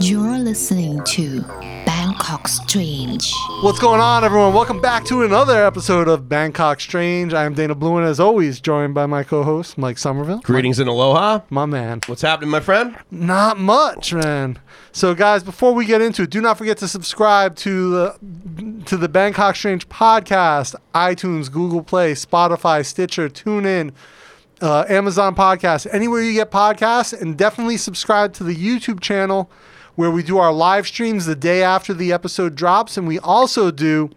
You're listening to Bangkok Strange. What's going on, everyone? Welcome back to another episode of Bangkok Strange. I am Dana Bluen, as always, joined by my co-host Mike Somerville. Greetings and aloha. My man. What's happening, my friend? Not much, man. So, guys, before we get into it, do not forget to subscribe to the, to the Bangkok Strange podcast, iTunes, Google Play, Spotify, Stitcher, TuneIn, uh, Amazon Podcasts, anywhere you get podcasts, and definitely subscribe to the YouTube channel where we do our live streams the day after the episode drops, and we also do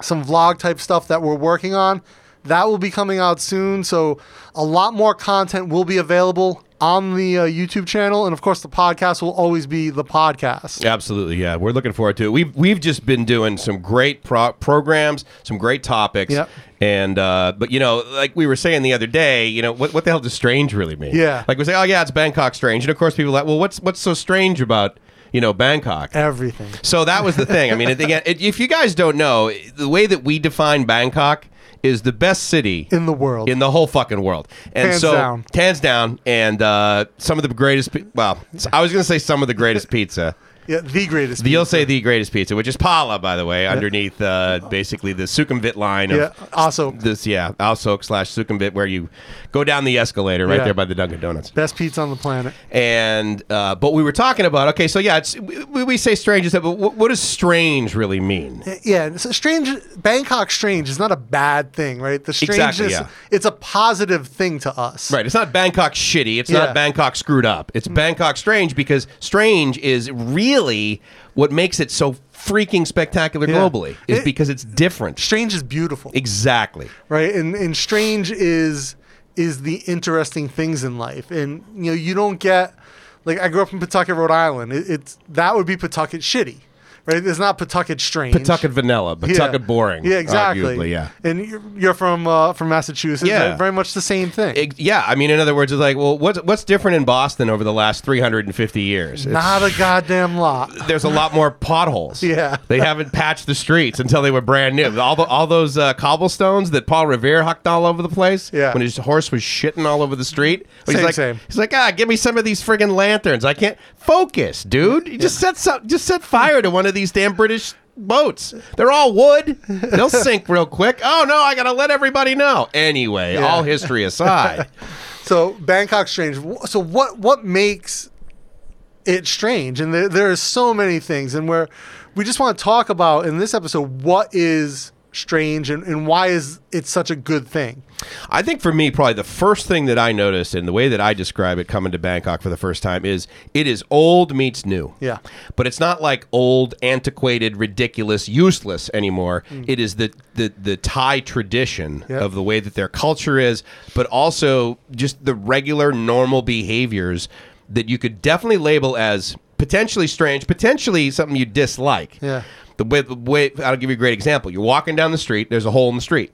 some vlog type stuff that we're working on. That will be coming out soon. So, a lot more content will be available on the uh, YouTube channel. And of course, the podcast will always be the podcast. Absolutely, yeah. We're looking forward to it. We've we've just been doing some great pro- programs, some great topics, Yep. and uh, but you know, like we were saying the other day, you know, what, what the hell does strange really mean? Yeah. like we say, oh yeah, it's Bangkok strange, and of course people are like, well, what's what's so strange about you know Bangkok? Everything. So that was the thing. I mean, it- again, it, if you guys don't know, the way that we define Bangkok is the best city In the world. in the whole fucking world. And Hands so down. hands down, and uh, some of the greatest. pi- Well, I was gonna say some of the greatest pizza. yeah, the greatest. You'll say the greatest pizza, which is Paula, by the way, underneath uh, basically the Sukhumvit line of yeah, also, this, yeah, Alsok slash Sukhumvit, where you go down the escalator right Yeah. there by the Dunkin' Donuts. best pizza on the planet. And uh, but we were talking about okay, so yeah, it's we, we say strange is that, but what, what does strange really mean? Yeah, and so strange Bangkok strange is not a bad thing, right? The strangeness Exactly, yeah. it's a positive thing to us. Right. It's not Bangkok shitty. It's Yeah. Mm. not Bangkok screwed up. It's Bangkok strange because strange is really what makes it so freaking spectacular globally is It- because it's different. Strange is beautiful. Exactly. right and and strange is is the interesting things in life and you know you don't get like i grew up in pawtucket rhode island it, it's that would be pawtucket shitty right it's not pawtucket strange Pawtucket vanilla, Yeah. Pawtucket boring. yeah exactly Arguably, yeah. and you're, you're from uh, from massachusetts Yeah. right? very much the same thing Ex- yeah, I mean, in other words, it's like, well, what's what's different in Boston over the last 350 years? It's- not a goddamn lot there's a lot more potholes. Yeah. they haven't patched the streets until they were brand new. All the, all those uh, cobblestones that Paul Revere hucked all over the place. Yeah. when his horse was shitting all over the street. But Same, he's like, same. he's like, ah, give me some of these friggin' lanterns. I can't focus, dude. You just set some, just set fire to one of these damn British boats. They're all wood. They'll sink real quick. Oh no, I gotta let everybody know. Anyway, Yeah. all history aside. So Bangkok strange. Wh- So what what makes it strange? And there, there are so many things, and where we just want to talk about in this episode what is strange and, and why is it such a good thing? I think for me, probably the first thing that I noticed and the way that I describe it coming to Bangkok for the first time is it is old meets new. Yeah. But it's not like old, antiquated, ridiculous, useless anymore. It is the, the, the Thai tradition Hmm. Yep. of the way that their culture is, but also just the regular, normal behaviors that you could definitely label as potentially strange, potentially something you dislike. Yeah. The way, the way, I'll give you a great example. You're walking down the street, there's a hole in the street.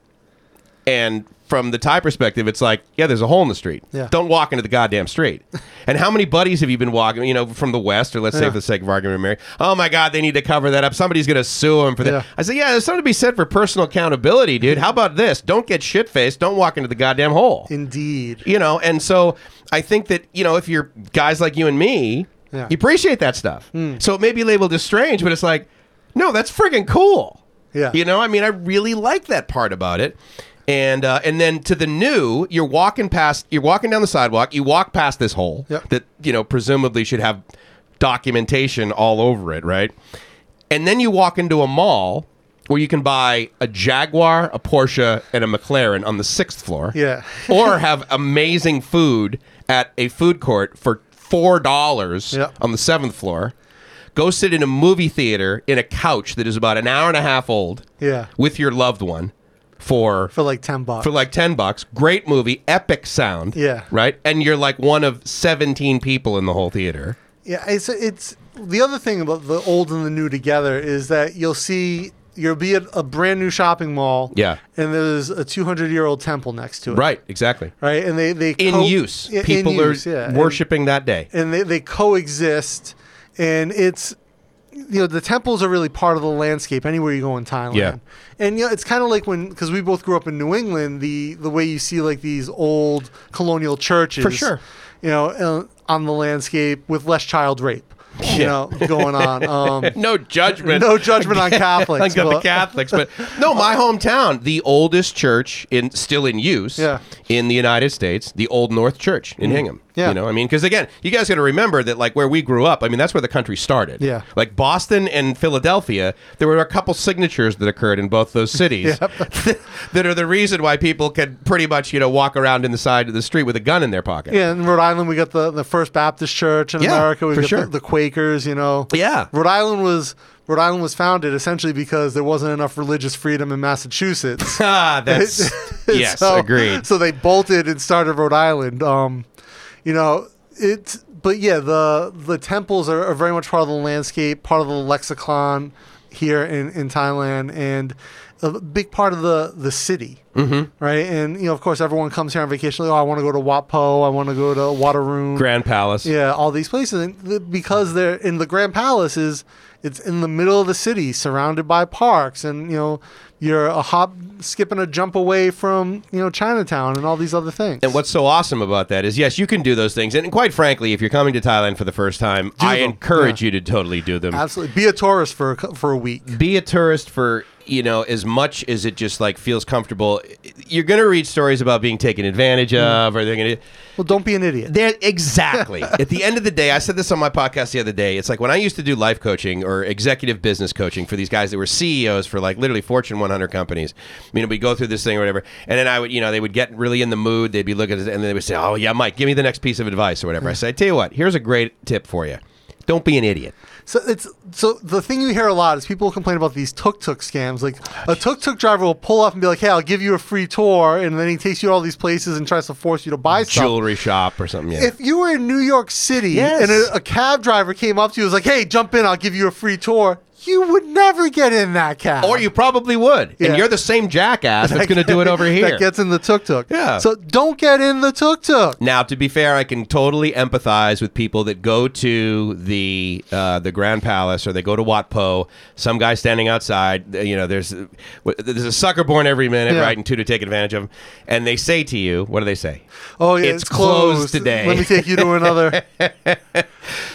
And from the Thai perspective, it's like, yeah, there's a hole in the street. Yeah. Don't walk into the goddamn street. and how many buddies have you been walking, you know, from the West, or let's say Yeah. for the sake of argument, Mary, oh my God, they need to cover that up. Somebody's going to sue them for that. Yeah. I say, yeah, there's something to be said for personal accountability, dude. How about this? Don't get shit faced. Don't walk into the goddamn hole. Indeed. you know, and so I think that, you know, if you're guys like you and me, Yeah. Hmm. you appreciate that stuff. So it may be labeled as strange, but it's like, no, that's friggin' cool. Yeah. You know, I mean, I really like that part about it. And uh, and then to the new, you're walking past, you're walking down the sidewalk, you walk past this hole Yep. that you know presumably should have documentation all over it, right? And then you walk into a mall where you can buy a Jaguar, a Porsche, and a McLaren on the sixth floor. Yeah. or have amazing food at a food court for four dollars Yep. on the seventh floor. Go sit in a movie theater in a couch that is about an hour and a half old. Yeah. With your loved one for For like ten bucks. for like 10 bucks. Great movie, epic sound. Yeah. Right? And you're like one of 17 people in the whole theater. Yeah, it's it's the other thing about the old and the new together is that you'll see you'll be at a brand new shopping mall. Yeah. And there's a 200 year old temple next to it. Right, exactly. Right. And they they In co- use. Yeah, in People use, are yeah. And- worshiping that day. and they, they coexist and it's you know the temples are really part of the landscape anywhere you go in Thailand. Yeah. And you know it's kind of like when cuz we both grew up in New England the the way you see like these old colonial churches For sure. you know uh, on the landscape with less child rape. you know, going on. Um, No judgment. no judgment on I Catholics. got the but- Catholics, but no, my hometown, the oldest church in still in use Yeah. Mm-hmm. in the United States, the Old North Church in Hingham. Yeah. you know, I mean, because again, you guys got to remember that like where we grew up, I mean, that's where the country started. Yeah. like Boston and Philadelphia, there were a couple signatures that occurred in both those cities that are the reason why people could pretty much you know walk around in the side of the street with a gun in their pocket. Yeah, in Rhode Island, we got the, the First Baptist Church. In Yeah, America, we for got sure. the, the Quakers. You know, Yeah. Rhode Island was Rhode Island was founded essentially because there wasn't enough religious freedom in Massachusetts. Ah, that's yes, so, agreed. So they bolted and started Rhode Island. Um, you know, it's but yeah, the the temples are, are very much part of the landscape, part of the lexicon here in, in Thailand, and a big part of the the city, mm-hmm. right? And you know, of course, everyone comes here on vacation. Like, oh, I want to go to Wat Po. I want to go to Wateroo. Grand Palace. Yeah, all these places and the, because they're in the Grand Palace is it's in the middle of the city, surrounded by parks, and you know you're a hop, skip, and a jump away from you know Chinatown and all these other things. And what's so awesome about that is, yes, you can do those things. And quite frankly, if you're coming to Thailand for the first time, I them. encourage you to totally do them. Absolutely, be a tourist for a, cou- for a week. Be a tourist for you know as much as it just like feels comfortable. You're gonna read stories about being taken advantage of, or they're gonna. Well, don't be an idiot. They're exactly. At the end of the day, I said this on my podcast the other day. It's like when I used to do life coaching or executive business coaching for these guys that were CEOs for like literally Fortune 100 companies. You know, we go through this thing or whatever, and then I would, you know, they would get really in the mood. They'd be looking at it, and they would say, "Oh yeah, Mike, give me the next piece of advice or whatever." I say, I "Tell you what, here's a great tip for you. Don't be an idiot." So it's so the thing you hear a lot is people complain about these tuk tuk scams. Like a tuk tuk driver will pull up and be like, "Hey, I'll give you a free tour," and then he takes you to all these places and tries to force you to buy stuff. Jewelry shop or something. Yeah. if you were in New York City Yes. and a, a cab driver came up to you and was like, "Hey, jump in, I'll give you a free tour," you would never get in that cab. or you probably would, Yeah. and you're the same jackass that's going to do it over here. that gets in the tuk tuk. Yeah. So don't get in the tuk tuk. Now, to be fair, I can totally empathize with people that go to the uh, the Grand Palace or they go to Wat Po. Some guy standing outside, uh, you know, there's there's a sucker born every minute, Yeah. right, and two to take advantage of them. And they say to you, what do they say? Oh yeah, It's closed today. Let me take you to another.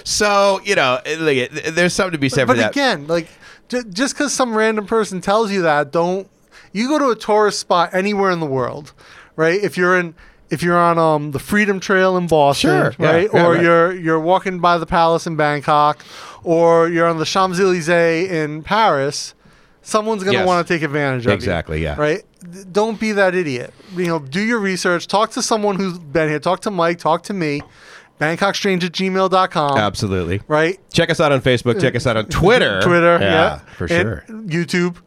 So you know, uh, like, there's something to be said but for that. again, like j- just because some random person tells you that, don't you go to a tourist spot anywhere in the world, right? If you're in if you're on um, the Freedom Trail in Boston, Sure, yeah, right, yeah, or right. you're you're walking by the palace in Bangkok, or you're on the Champs Elysees in Paris, someone's gonna Yes. want to take advantage of you, Exactly, yeah. right. D- Don't be that idiot. You know, do your research. Talk to someone who's been here. Talk to Mike. Talk to me. BangkokStrange at gmail.com. Absolutely. Right? Check us out on Facebook. Check us out on Twitter. Mm-hmm. Twitter, yeah, for and sure. YouTube.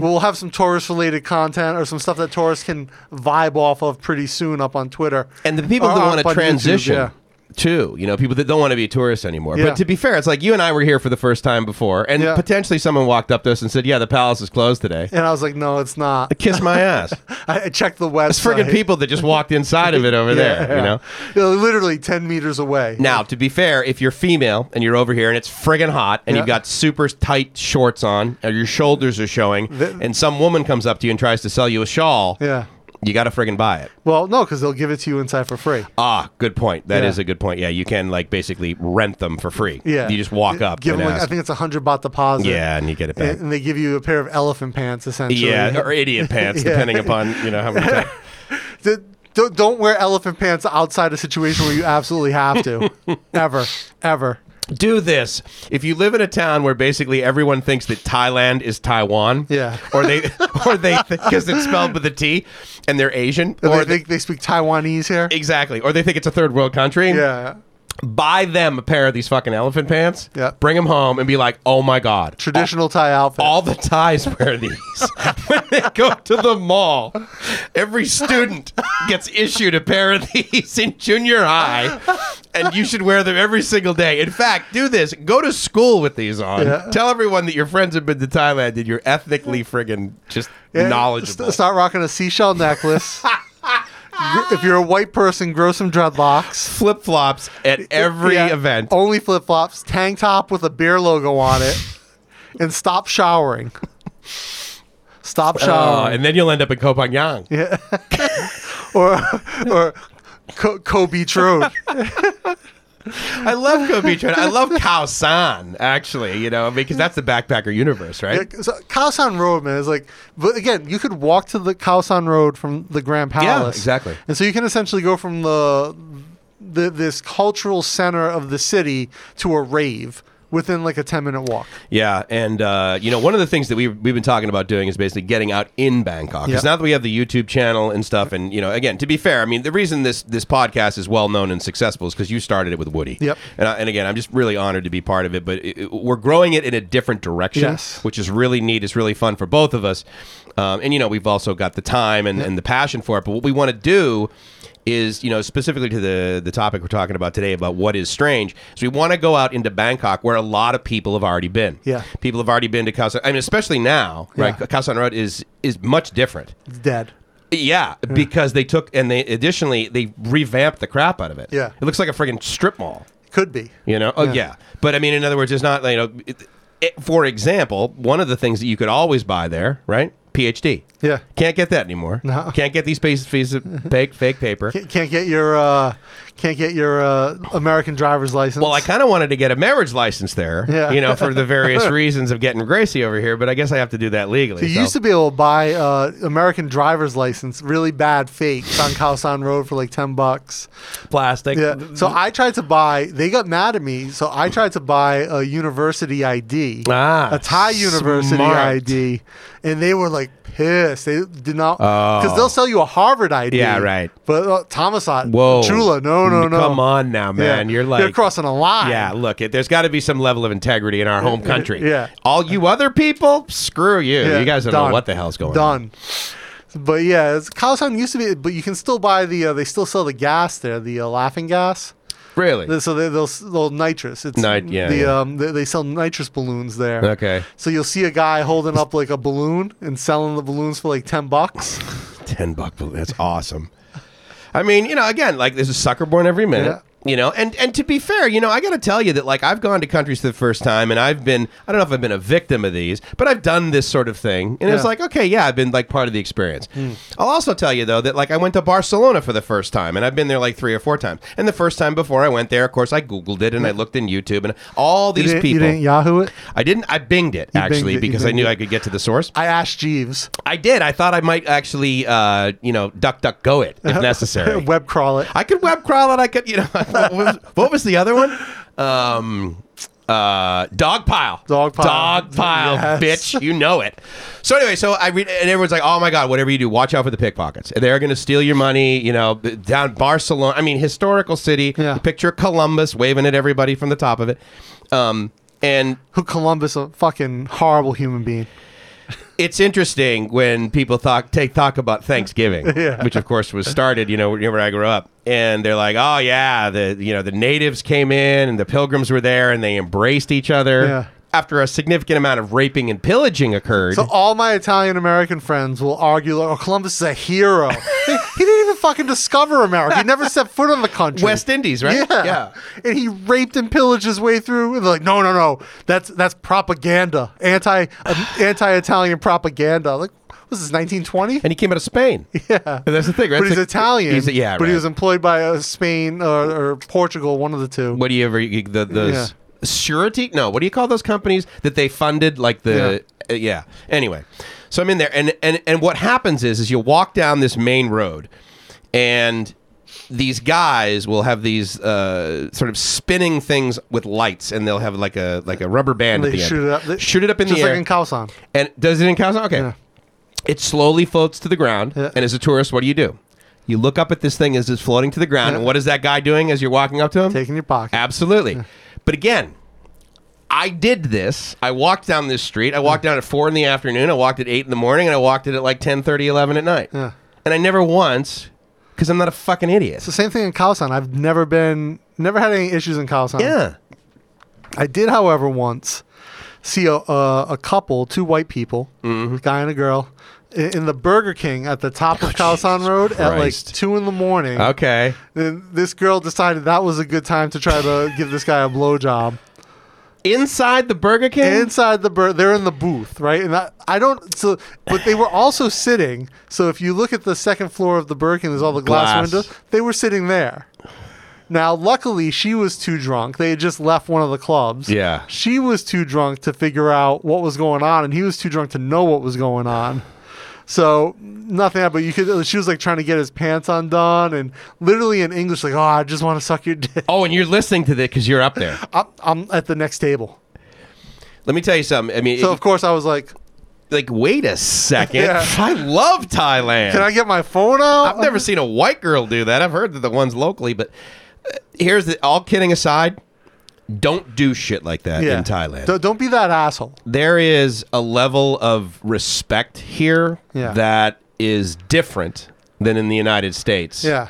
We'll have some tourist related content or some stuff that tourists can vibe off of pretty soon up on Twitter. and the people Or that up want to on YouTube, transition yeah. too you know people that don't want to be tourists anymore Yeah. but to be fair it's like you and i were here for the first time before and Yeah. potentially someone walked up to us and said yeah the palace is closed today And I was like, no, it's not. kiss my ass I I checked the website. it's friggin' people that just walked inside of it over there you know Yeah, literally 10 meters away. now to be fair if you're female and you're over here and it's friggin' hot and Yeah. you've got super tight shorts on or your shoulders are showing The- and some woman comes up to you and tries to sell you a shawl Yeah. you gotta friggin' buy it Well, no, because they'll give it to you inside for free. Ah, good point. That is Yeah. a good point. Yeah, you can like basically rent them for free. Yeah. you just walk up Give and them, like, ask. I think it's a 100 baht deposit. yeah, and you get it back. And, and they give you a pair of elephant pants, essentially. yeah, or idiot pants, Yeah. depending upon you know how many times. D- don't, don't wear elephant pants outside a situation where you absolutely have to. ever. Ever. Do this if you live in a town where basically everyone thinks that Thailand is Taiwan. Yeah. or they or they because it's spelled with a T, and they're Asian. Or or they think they speak Taiwanese here. exactly, or they think it's a third world country. yeah. buy them a pair of these fucking elephant pants. Yeah. bring them home and be like, oh my god, Traditional Thai outfit. All the ties wear these. when they go to the mall, every student gets issued a pair of these in junior high, and you should wear them every single day. In fact, do this. Go to school with these on. Yeah. Tell everyone that your friends have been to Thailand and you're ethnically friggin' just Yeah, knowledgeable. st- start rocking a seashell necklace. Gr- if you're a white person, grow some dreadlocks. Flip flops at every Yeah, Oh, event. Only flip flops, tank top with a beer logo on it, and stop showering. Stop Oh, showering. and then you'll end up in Koh Phangan. or or Co- Kobe Road. I love Kobe Train. I love Khao San, actually, you know, because that's the backpacker universe, right? Yeah, so Kaosan Road, man, is like, but again, you could walk to the Kaosan Road from the Grand Palace. exactly. And so you can essentially go from the, the this cultural center of the city to a rave within like a 10 minute walk. Yeah, and uh, you know, one of the things that we we've been talking about doing is basically getting out in Bangkok. Because Yeah. now that we have the YouTube channel and stuff, and you know, again, to be fair, I mean, the reason this this podcast is well known and successful is because you started it with Woody. Yep. And I, and again, I'm just really honored to be part of it. But it, it- we're growing it in a different direction, Yes. which is really neat. It's really fun for both of us. Um, and you know, we've also got the time and, and the passion for it. But what we want to do is, you know, specifically to the the topic we're talking about today about what is strange, is we want to go out into Bangkok where a lot of people have already been. Yeah. People have already been to Khao San. I mean, especially now, right? Yeah. Khao San Road is is much different. It's dead. Yeah, because they took and they additionally they revamped the crap out of it. Yeah. It looks like a friggin' strip mall. Could be. You know? Oh, yeah. But I mean, in other words, it's not, you know, it, it- for example, one of the things that you could always buy there, right? PhD. Yeah. Can't get that anymore. No. Can't get these pieces, pieces of fake, fake paper. Can't, can't get your uh, can't get your uh, American driver's license. Well, I kind of wanted to get a marriage license there, Yeah. you know, for the various reasons of getting Gracie over here, but I guess I have to do that legally. So you so- used to be able to buy uh, American driver's license, really bad fakes on Kaosan Road for like ten bucks. plastic. Yeah. So I tried to buy. They got mad at me. So I tried to buy a university ID, Ah, a Thai university smart. ID, and they were like pissed. They did not because Oh. they'll sell you a Harvard ID. Yeah, right. But uh, Thomas Whoa. Mm, Chula, no, no, no. Come on now, man. You're like you're crossing a line. Yeah, look, it, there's got to be some level of integrity in our home country. Yeah. All you other people, screw you. Yeah, you guys don't done. know what the hell's going on. Done. But yeah, it's, Kaosan used to be, but you can still buy the. Uh, they still sell the gas there, the uh, laughing gas. Really? So they, they'll they'll nitrous. It's Nit- yeah, the, yeah. Um, they, they sell nitrous balloons there. Okay. So you'll see a guy holding up like a balloon and selling the balloons for like ten bucks. 10 buck balloon. That's awesome. I mean, you know, again, like there's a sucker born every minute. Yeah. You know, and and to be fair, you know, I got to tell you that like I've gone to countries for the first time and I've been I don't know if I've been a victim of these, but I've done this sort of thing. And it's Yeah. Hmm. like, okay, yeah, I've been like part of the experience. I'll also tell you though that like I went to Barcelona for the first time and I've been there like 3 or 4 times. And the first time before I went there, of course, I googled it and I looked in YouTube and all You these didn't- people You didn't Yahoo it. I didn't I binged it You binged actually it, you because I binged knew it. I could get to the source. I asked Jeeves. I did. I thought I might actually, uh, you know, duck, duck, go it if necessary. Web crawl it. I could web crawl it. I could, you know, what was, what was the other one? Um, uh, dog pile. Dog pile. Dog pile, Yes. bitch. You know it. So anyway, so I read, and everyone's like, "Oh my god, whatever you do, watch out for the pickpockets. They're going to steal your money." You know, down Barcelona. I mean, historical city. Yeah. Picture Columbus waving at everybody from the top of it. Um, and Who Columbus, a fucking horrible human being. it's interesting when people talk take talk about Thanksgiving, Yeah. which of course was started, you know, whenever I grew up, and they're like, "Oh yeah, the you know the natives came in and the pilgrims were there and they embraced each other." Yeah. After a significant amount of raping and pillaging occurred, So all my Italian American friends will argue, "Oh, Columbus is a hero. he, he didn't even fucking discover America. He never set foot on the country." West Indies, right? Yeah. And he raped and pillaged his way through. And they're like, no, no, no. That's that's propaganda. Anti um, anti Italian propaganda. Like, was this 1920? And he came out of Spain. Yeah, and that's the thing. Right? But It's he's like- Italian. He's, yeah, But right. he was employed by uh, Spain or, or Portugal, one of the two. what do you ever you- the those Yeah. surety? No, what do you call those companies that they funded like the uh, yeah. Anyway, so I'm in there, and and and what happens is is you walk down this main road, and these guys will have these uh, sort of spinning things with lights, and they'll have like a like a rubber band. They at the shoot end. it up. They- shoot it up in Just the like air. in Kaosan. and does it in Kazakhstan? Okay. It slowly floats to the ground, Yeah. and as a tourist, what do you do? You look up at this thing as it's floating to the ground, Yeah. and what is that guy doing as you're walking up to him? Taking your pocket. Absolutely. But again, I did this. I walked down this street. I walked down at four in the afternoon. I walked at eight in the morning, and I walked it at like 10, 11 at night. Yeah. And I never once, because I'm not a fucking idiot. It's the same thing in Kaosan. I've never been, never had any issues in Kaosan. Yeah. I did, however, once see a, a, a couple, two white people, Mm-hmm. a guy and a girl, in, in the Burger King at the top of Kaosan Road at like Oh, Christ. two in the morning. Okay. Then this girl decided that was a good time to try to give this guy a blowjob Inside the Burger King? inside the bur- they're in the booth right and I, I don't so but they were also sitting so if you look at the second floor of the Burger King there's all the glass, Glass. windows they were sitting there Now, luckily, she was too drunk. They had just left one of the clubs. Yeah. She was too drunk to figure out what was going on, and he was too drunk to know what was going on. So nothing happened. But you could. She was like trying to get his pants undone, and literally in English, like, "Oh, I just want to suck your dick." Oh, and you're listening to this because you're up there. I'm, I'm at the next table. Let me tell you something. I mean, So of course, I was like, like, wait a second. Yeah. I love Thailand. "Can I get my phone out?" I've never seen a white girl do that. I've heard that the ones locally, but uh, here's the all kidding aside. Don't do shit like that Yeah. in Thailand. Don't- don't be that asshole. there is a level of respect here Yeah. that is different than in the United States. Yeah.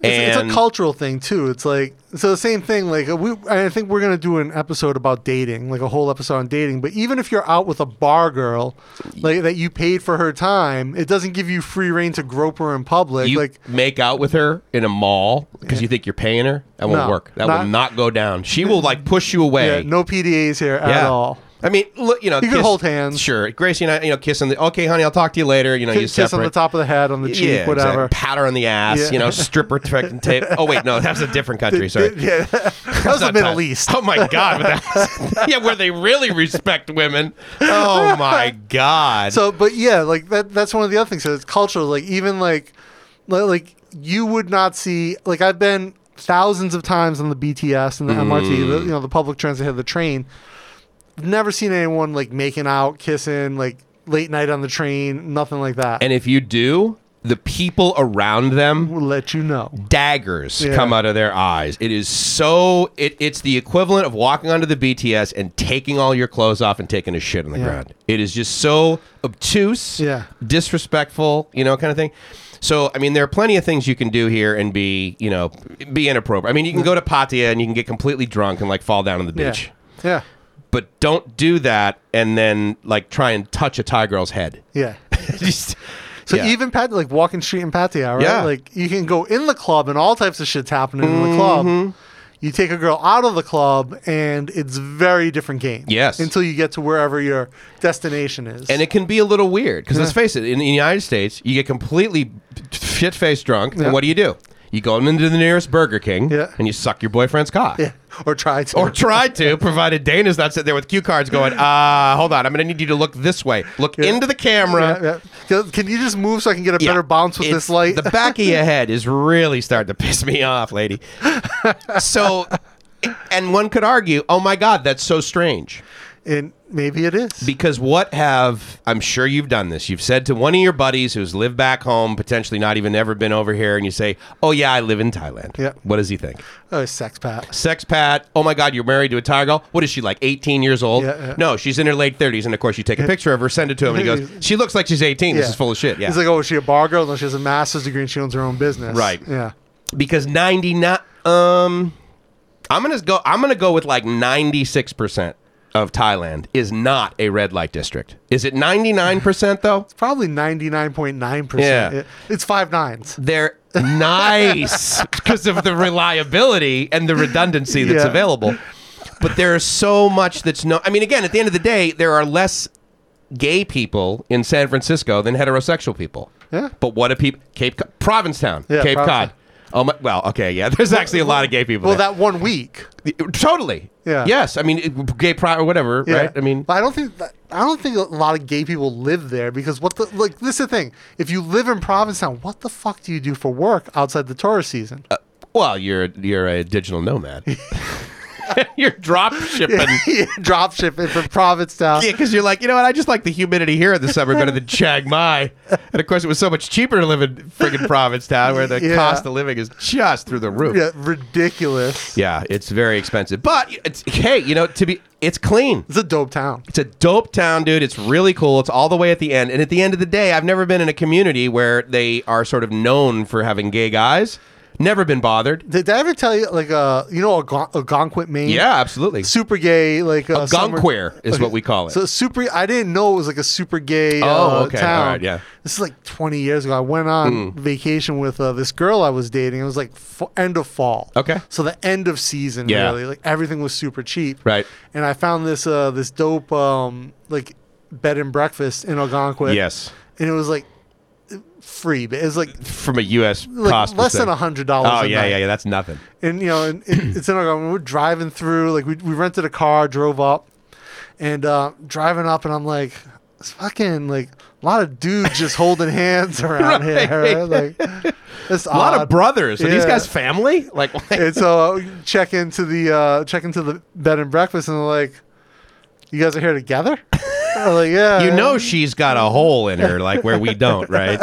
It's, it's And- a cultural thing too. It's like so the same thing. Like uh, we, I think we're gonna do an episode about dating, like a whole episode on dating. But even if you're out with a bar girl, like that you paid for her time, it doesn't give you free reign to grope her in public. You like make out with her in a mall because you think you're paying her. That won't No, work. That not- will not go down. She will like push you yeah, away. no PDAs here at Yeah. all. I mean, look, you know, You can hold hands. Sure, Gracie and I, you know, kiss on the. Okay, honey, I'll talk to you later. You know, you Kiss on the separate. top of the head, on the cheek, yeah, whatever. Exactly. Pat her on the ass, Yeah. you know, stripper twerking tape. Oh wait, no, that's a different country. Sorry, Yeah, that was the Not Middle Thailand. East. Oh my god, but that, yeah, where they really respect women. Oh my god. So, but yeah, like that. That's one of the other things. So it's cultural. Like even like, li- like you would not see. Like I've been thousands of times on the BTS and the MRT. The, you know, the public transit here, the train. Never seen anyone like making out, kissing, like late night on the train. Nothing like that. and if you do, the people around them we'll let you know. daggers Yeah. come out of their eyes. It is so it, it's the equivalent of walking onto the BTS and taking all your clothes off and taking a shit on the Yeah. ground. It is just so obtuse, Yeah. disrespectful, you know, kind of thing. So I mean, there are plenty of things you can do here and be, you know, be inappropriate. I mean, you can go to Pattaya and you can get completely drunk and like fall down on the Yeah. beach, Yeah. but don't do that and then like try and touch a Thai girl's head. Yeah. Just- So yeah. even Pat, like walking street in Pattaya, right? Yeah. Like you can go in the club and all types of shit's happening in the Mm-hmm. club. You take a girl out of the club and it's very different game. Yes. Until you get to wherever your destination is. and it can be a little weird because let's face it in the united states you get completely shit-faced drunk Yeah. and what do you do you go into the nearest burger king Yeah. and you suck your boyfriend's cock yeah. Or try to. or try to provided dana's not sitting there with cue cards going uh hold on i'm gonna need you to look this way look into the camera Yeah, yeah. Can you just move so I can get a Yeah. better bounce with It's- this light? The back of your head is really starting to piss me off, lady. So, and one could argue, oh my God, that's so strange. and maybe it is. Because what have I'm sure you've done this. You've said to one of your buddies who's lived back home, potentially not even ever been over here, and you say, "Oh yeah, I live in Thailand." Yeah. What does he think? oh, sex pat. Sex Pat. Oh my God, you're married to a Thai girl. What is she like? 18 years old? Yeah, yeah. No, she's in her late 30s, and of course you take a picture of her, send it to him, and he goes, "She looks like she's 18. This is full of shit." Yeah. He's like, oh, is she a bar girl? No, she has a master's degree and she owns her own business. Right. Yeah. because 99. Um, I'm gonna go. I'm gonna go with like 96 percent of Thailand is not a red light district. Is it 99 percent though? Probably 99.9%. Yeah. It- It's five nines. they're nice because of the reliability and the redundancy that's Yeah. available. But there is so much that's no. I mean, again, at the end of the day, there are less gay people in San Francisco than heterosexual people. Yeah. But what do people? Cape Cod, Provincetown, Yeah, Cape Provincetown. Cod. Oh my. Well, okay, yeah. There's actually a lot of gay people. Well, there. that one week. totally. Yeah. Yes. I mean, it- gay pride or whatever, Yeah. right? I mean, but I don't think that, I don't think a lot of gay people live there because what the like this is the thing. If you live in Provincetown, what the fuck do you do for work outside the tourist season? Uh, well, you're you're a digital nomad. you're drop shipping. Drop shipping from Provincetown. Yeah, because you're like, you know what? I just like the humidity here in the summer better than Chiang Mai. And of course, it was so much cheaper to live in friggin' Provincetown, where the Yeah. cost of living is just through the roof. Yeah, ridiculous. Yeah, it's very expensive, but it's hey, you know, to be, it's clean. It's a dope town. It's a dope town, dude. It's really cool. It's all the way at the end, and at the end of the day, I've never been in a community where they are sort of known for having gay guys. Never been bothered. Did I ever tell you like uh you know Algon- Algonquin, Maine? Yeah, absolutely. Super gay like uh, summer- Gonquer is what we call it. So super. I didn't know it was like a super gay. Oh, uh, okay. Town. All right, yeah. Hmm. This is like 20 years ago. I went on vacation with uh, this girl I was dating. It was like f- end of fall. Okay. So the end of season, Yeah. really. Like everything was super cheap. Right. And I found this uh, this dope um, like bed and breakfast in Algonquin. yes. And it was like free. But it's like, from a U.S. like cost. less than percent. hundred dollars. Oh a yeah, night. yeah, yeah. That's nothing. and you know, and it, it's in our when we're driving through, like we, we rented a car, drove up, and uh, driving up, and I'm like, it's fucking like a lot of dudes just holding hands around here, right? like it's A lot of brothers. Are these Uh, Yeah. guys family? Like, and so uh, check into the uh, check into the bed and breakfast, and they're like, you guys are here together. I'm like, yeah, you yeah." know, she's got a hole in her, like where we don't, right?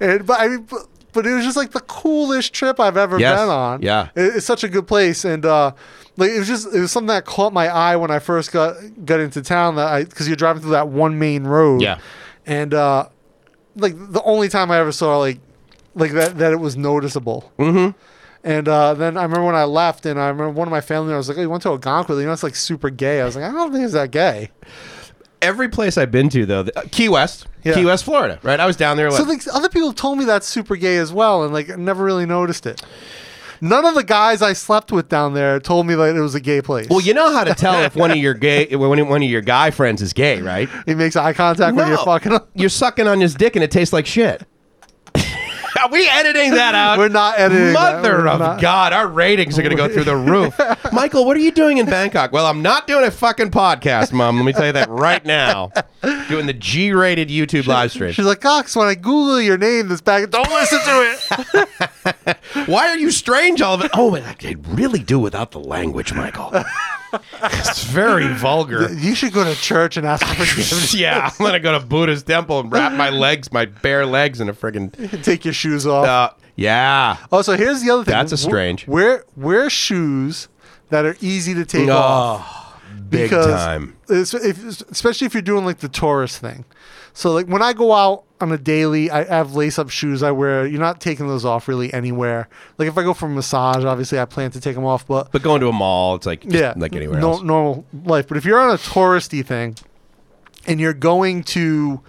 And, but I mean, but, but it was just like the coolest trip I've ever Yes. been on. Yeah. It- it's such a good place, and uh, like it was just it was something that caught my eye when I first got got into town. That I because you're driving through that one main road. Yeah. and uh, like the only time I ever saw like like that that it was noticeable. Mm-hmm. And uh, then I remember when I left, and I remember one of my family. I was like, "Oh, you went to Algonquin? You know, it's like super gay." I was like, "I don't think it's that gay." Every place I've been to, though, the, uh, Key West, Yeah. Key West, Florida, right? I was down there. Like, So like other people have told me that's super gay as well, and like I never really noticed it. None of the guys I slept with down there told me that it was a gay place. well, you know how to tell if one of your gay, when one of your guy friends is gay, right? he makes eye contact when you're fucking. up. You're sucking on his dick and it tastes like shit. Are we editing that out? We're not editing that. Mother We're of not- God, our ratings are going to go through the roof. Michael, what are you doing in Bangkok? Well, I'm not doing a fucking podcast, Mom. Let me tell you that right now. Doing the G-rated YouTube live stream. She's like, Cox, when I Google your name this back, don't listen to it. Why are you strange all of it? Oh, and I could really do without the language, Michael. it's very vulgar. you should go to church and ask for forgiveness. Yeah, I'm gonna go to Buddha's temple and wrap my legs, my bare legs, in a friggin' Take your shoes off. uh, yeah. oh, so here's the other thing. That's a W- strange. Wear wear shoes that are easy to take off. Oh, big time. it's- if, especially if you're doing like the tourist thing. So like when I go out on a daily, I have lace up shoes I wear. You're not taking those off really anywhere. Like if I go for a massage, obviously I plan to take them off, but But going to a mall, it's like just yeah, like anywhere no- else. normal life. But if you're on a touristy thing, and you're going to,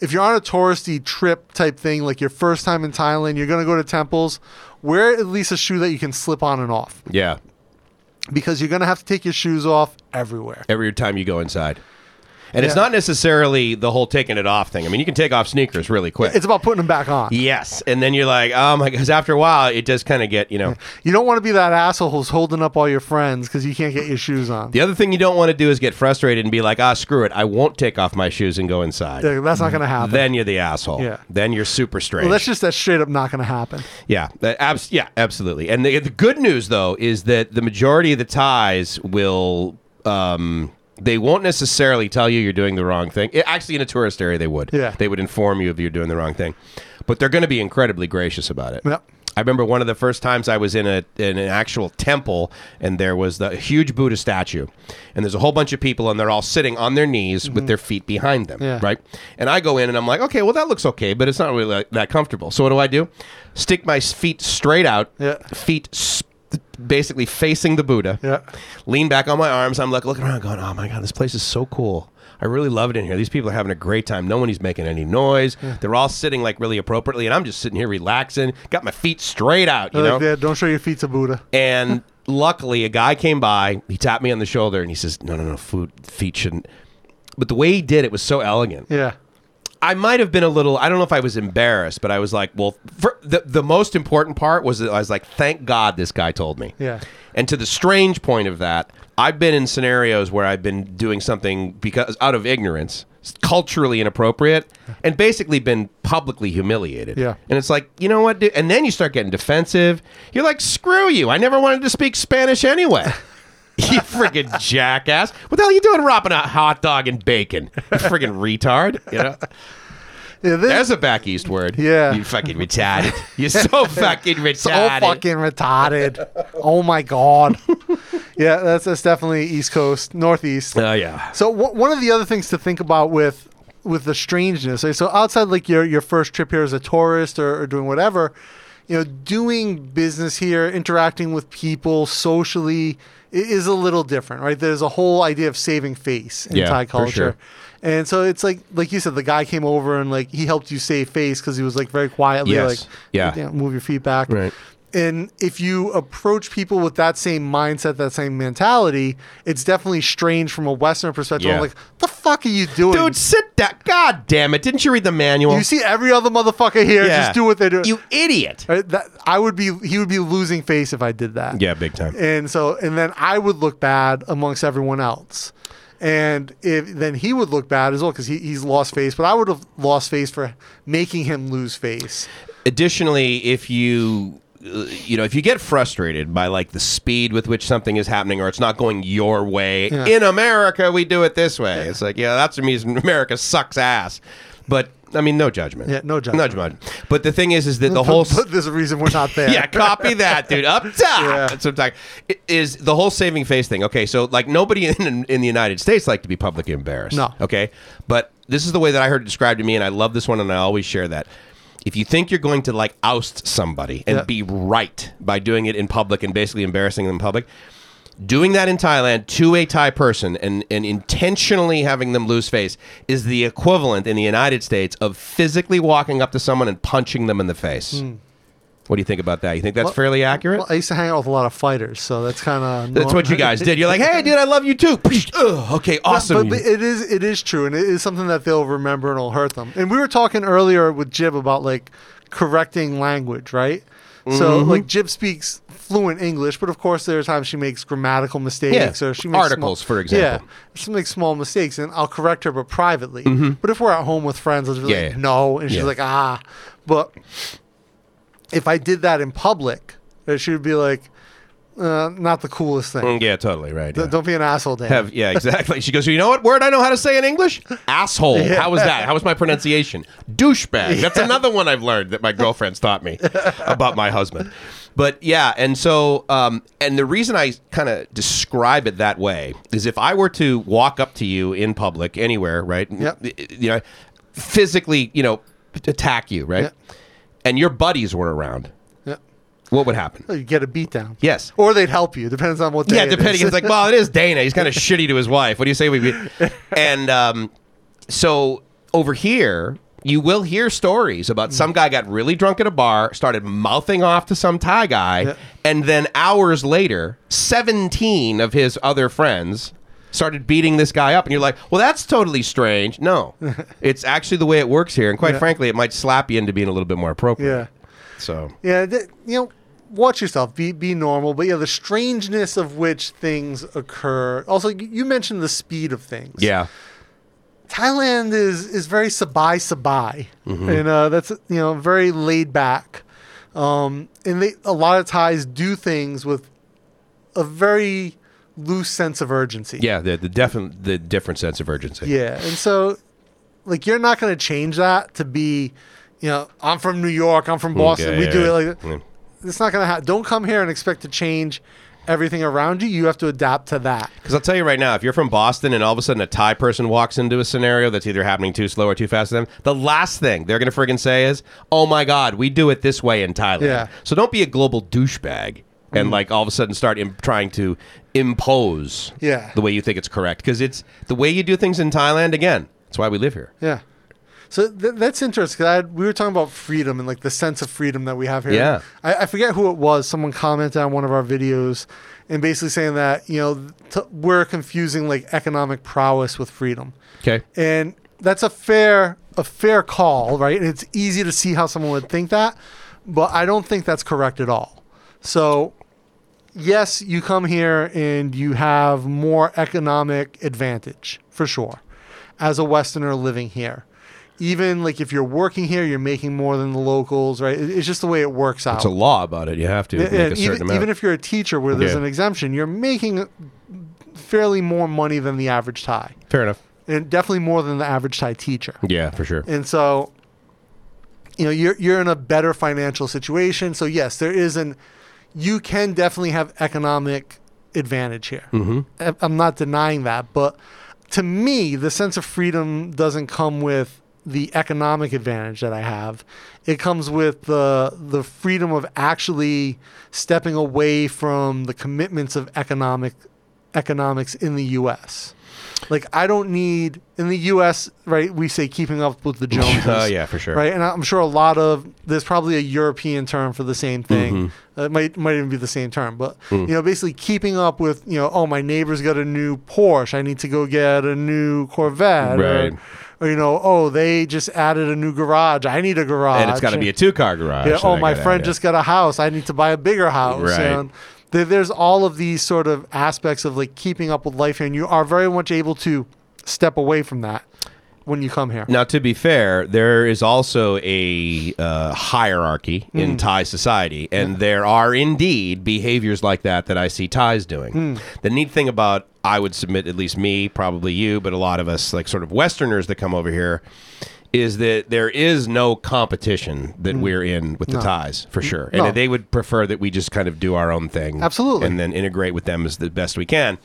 if you're on a touristy trip type thing, like your first time in Thailand, you're gonna go to temples. Wear at least a shoe that you can slip on and off Yeah, because you're gonna have to take your shoes off everywhere. every time you go inside, and it's Yeah. not necessarily the whole taking it off thing. I mean, you can take off sneakers really quick. It's about putting them back on. yes, and then you're like, oh my, because after a while, it does kind of get you know. You don't want to be that asshole who's holding up all your friends because you can't get your shoes on. The other thing you don't want to do is get frustrated and be like, ah, screw it, I won't take off my shoes and go inside. Like, That's not going Mm, to happen. then you're the asshole. Yeah. Then you're super strange. Well, that's just that's straight up not going to happen. Yeah, that abs- yeah, absolutely. And the, the good news though is that the majority of the ties will um, they won't necessarily tell you you're doing the wrong thing. I- actually, in a tourist area, they would. Yeah. they would inform you if you're doing the wrong thing, but they're going to be incredibly gracious about it. Yep. I remember one of the first times I was in a in an actual temple, and there was the a huge Buddha statue, and there's a whole bunch of people, and they're all sitting on their knees with their feet behind them, Mhm. Yeah. right? And I go in, and I'm like, okay, well that looks okay, but it's not really like, that comfortable. So what do I do? Stick my s- feet straight out, Yeah. feet s- basically facing the Buddha, Yeah. lean back on my arms. I'm like looking around, going, "Oh my god, this place is so cool. I really love it in here. These people are having a great time. No one is making any noise. They're all sitting like really appropriately, and I'm just sitting here relaxing. Got my feet straight out, you Like, know. yeah, don't show your feet to Buddha. And luckily, a guy came by. He tapped me on the shoulder, and he says, "No, no, no, food, feet shouldn't." But the way he did it was so elegant. Yeah. I might have been a little. I don't know if I was embarrassed, but I was like, well, for, the the most important part was that I was like, thank God this guy told me. Yeah. And to the strange point of that, I've been in scenarios where I've been doing something because out of ignorance, s- culturally inappropriate, and basically been publicly humiliated. Yeah. And it's like, you know what? Dude? And then you start getting defensive. You're like, screw you! I never wanted to speak Spanish anyway. You freaking jackass! What the hell are you doing, wrapping a hot dog and bacon? You freaking retard! You know, Yeah. This, there's a back east word. Yeah. You fucking retarded. You're so fucking retarded. so fucking retarded. oh my god. yeah, that's that's definitely East Coast, Northeast. Oh, yeah. So wh- one of the other things to think about with with the strangeness, right? so outside like your your first trip here as a tourist or, or doing whatever, you know, doing business here, interacting with people socially i- is a little different, right? There's a whole idea of saving face in Yeah, Thai for culture. sure. And so it's like, like you said, the guy came over and like he helped you save face because he was like very quietly, Yes. like, Yeah. you know, move your feet back. Right. And if you approach people with that same mindset, that same mentality, it's definitely strange from a Westerner perspective. Yeah. I'm like, the fuck are you doing? Dude, sit down. God damn it. Didn't you read the manual? you see every other motherfucker here Yeah. just do what they do. You idiot. Right? That, I would be, he would be losing face if I did that. Yeah, big time. And so, and then I would look bad amongst everyone else. And if, then he would look bad as well because he, he's lost face, but I would have lost face for making him lose face. Additionally, if you uh, you know if you get frustrated by like the speed with which something is happening or it's not going your way in america we do it this way it's like yeah that's the reason america sucks ass but i mean no judgment Yeah, no judgment. no judgment but the thing is is that the whole s- But there's a reason we're not there. yeah, copy that, dude. Up top. Yeah. That's what I'm talking. It is the whole saving face thing. Okay, so like nobody in in the United States like to be publicly embarrassed. No. Okay, but this is the way that I heard it described to me, and I love this one, and I always share that. If you think you're going to like oust somebody and Yeah. be right by doing it in public and basically embarrassing them in public. Doing that in Thailand to a Thai person and, and intentionally having them lose face is the equivalent in the United States of physically walking up to someone and punching them in the face. What do you think about that? You think that's fairly accurate? Hmm. Well, I used to hang out with a lot of fighters, so that's kind of that's what you guys did. You're like, hey, dude, I love you too. Ugh, okay, But, awesome. but it is it is true, and it is something that they'll remember and it'll hurt them. And we were talking earlier with Jib about like correcting language, right? So Mm-hmm. like Jib speaks fluent English, but of course there are times she makes grammatical mistakes Yeah. or she makes small- Articles, for example. Yeah, she makes small mistakes, and I'll correct her, but privately. But if we're at home with friends, I'll just be Mm-hmm. Yeah, like, yeah. no, and she's Yeah. like, ah. But if I did that in public, uh, she would be like, uh, not the coolest thing. Mm, yeah, totally right. D- yeah. Don't be an asshole, Dan. Have- yeah, exactly. She goes, you know what word I know how to say in English? Asshole. How was that? How was my pronunciation? Douchebag. That's another one I've learned that my girlfriend's taught me about my husband. But yeah, and so, um, and the reason I kind of describe it that way is if I were to walk up to you in public anywhere, right? Yep. You know, physically, you know, attack you, right? Yep. And your buddies were around, Yeah. what would happen? Oh, you get a beat down. Yes. Or they'd help you. Depends on what day Yeah, it depending. is. It's like, well, it is Dana. He's kind of shitty to his wife. What do you say we be? And um, so over here, you will hear stories Hmm. about some guy got really drunk at a bar, started mouthing off to some Thai guy, Yeah. and then hours later, 17 of his other friends started beating this guy up. And you're like, well, that's totally strange. No, it's actually the way it works here. And quite frankly, it might slap you into being a little bit more appropriate. Yeah. So. Yeah, th- you know, watch yourself. Be be normal. But yeah, the strangeness of which things occur. Also, y- you mentioned the speed of things. Yeah. Thailand is is very sabai sabai, Mm-hmm. and uh, that's you know very laid back. Um, and they a lot of Thais do things with a very loose sense of urgency. Yeah. The, the, definite the different sense of urgency. Yeah, and so like you're not going to change that to be, you know, I'm from New York, I'm from Boston. yeah, we yeah, do yeah. it like Mm. it's not going to happen. Don't come here and expect to change everything around you. You have to adapt to that. Because I'll tell you right now, if you're from Boston and all of a sudden a Thai person walks into a scenario that's either happening too slow or too fast to them, the last thing they're going to friggin' say is, oh my God, we do it this way in Thailand. Yeah. Mm. So don't be a global douchebag and like all of a sudden start Im- trying to impose Yeah. the way you think it's correct. Because it's the way you do things in Thailand, again, that's why we live here. Yeah. So th- that's interesting. 'cause I had- we were talking about freedom and like the sense of freedom that we have here. Yeah. I, I forget who it was. Someone commented on one of our videos and basically saying that, you know, t- we're confusing like economic prowess with freedom. Okay. and that's a fair a fair call, right? And it's easy to see how someone would think that, but I don't think that's correct at all. So, yes, you come here and you have more economic advantage for sure as a Westerner living here. Even like if you're working here, you're making more than the locals, right? It- It's just the way it works out. It's a law about it. You have to make Yeah, a certain even, amount. even if you're a teacher where there's Yeah. an exemption, you're making fairly more money than the average Thai, Fair enough. and definitely more than the average Thai teacher. Yeah, for sure. And so, you know, you're you're in a better financial situation. So yes, there is an you can definitely have economic advantage here. I- I'm not denying that, but to me, the sense of freedom doesn't come with the economic advantage that I have. It comes with the the freedom of actually stepping away from the commitments of economic economics in the U.S. Like I don't need in the U.S. Right, we say keeping up with the Joneses. Oh, yeah, for sure. Right, and I'm sure a lot of there's probably a European term for the same thing. Mm-hmm. Uh, It might might even be the same term, but Mm. you know, basically keeping up with you know, oh, my neighbor's got a new Porsche. I need to go get a new Corvette. or- Right. Or, you know, oh, they just added a new garage. I need a garage. And it's got to be a two car garage. Yeah, so oh, they my gotta friend add it. just got a house. I need to buy a bigger house. Right. And there- there's all of these sort of aspects of like keeping up with life, and you are very much able to step away from that when you come here. Now, to be fair, there is also a uh, hierarchy in Thai society, and there are indeed behaviors like that that I see Thais doing. The neat thing about, I would submit, at least me, probably you, but a lot of us, like sort of Westerners that come over here, is that there is no competition that we're in with the Thais, for sure. And No. they would prefer that we just kind of do our own thing. Absolutely. And then integrate with them as the best we can.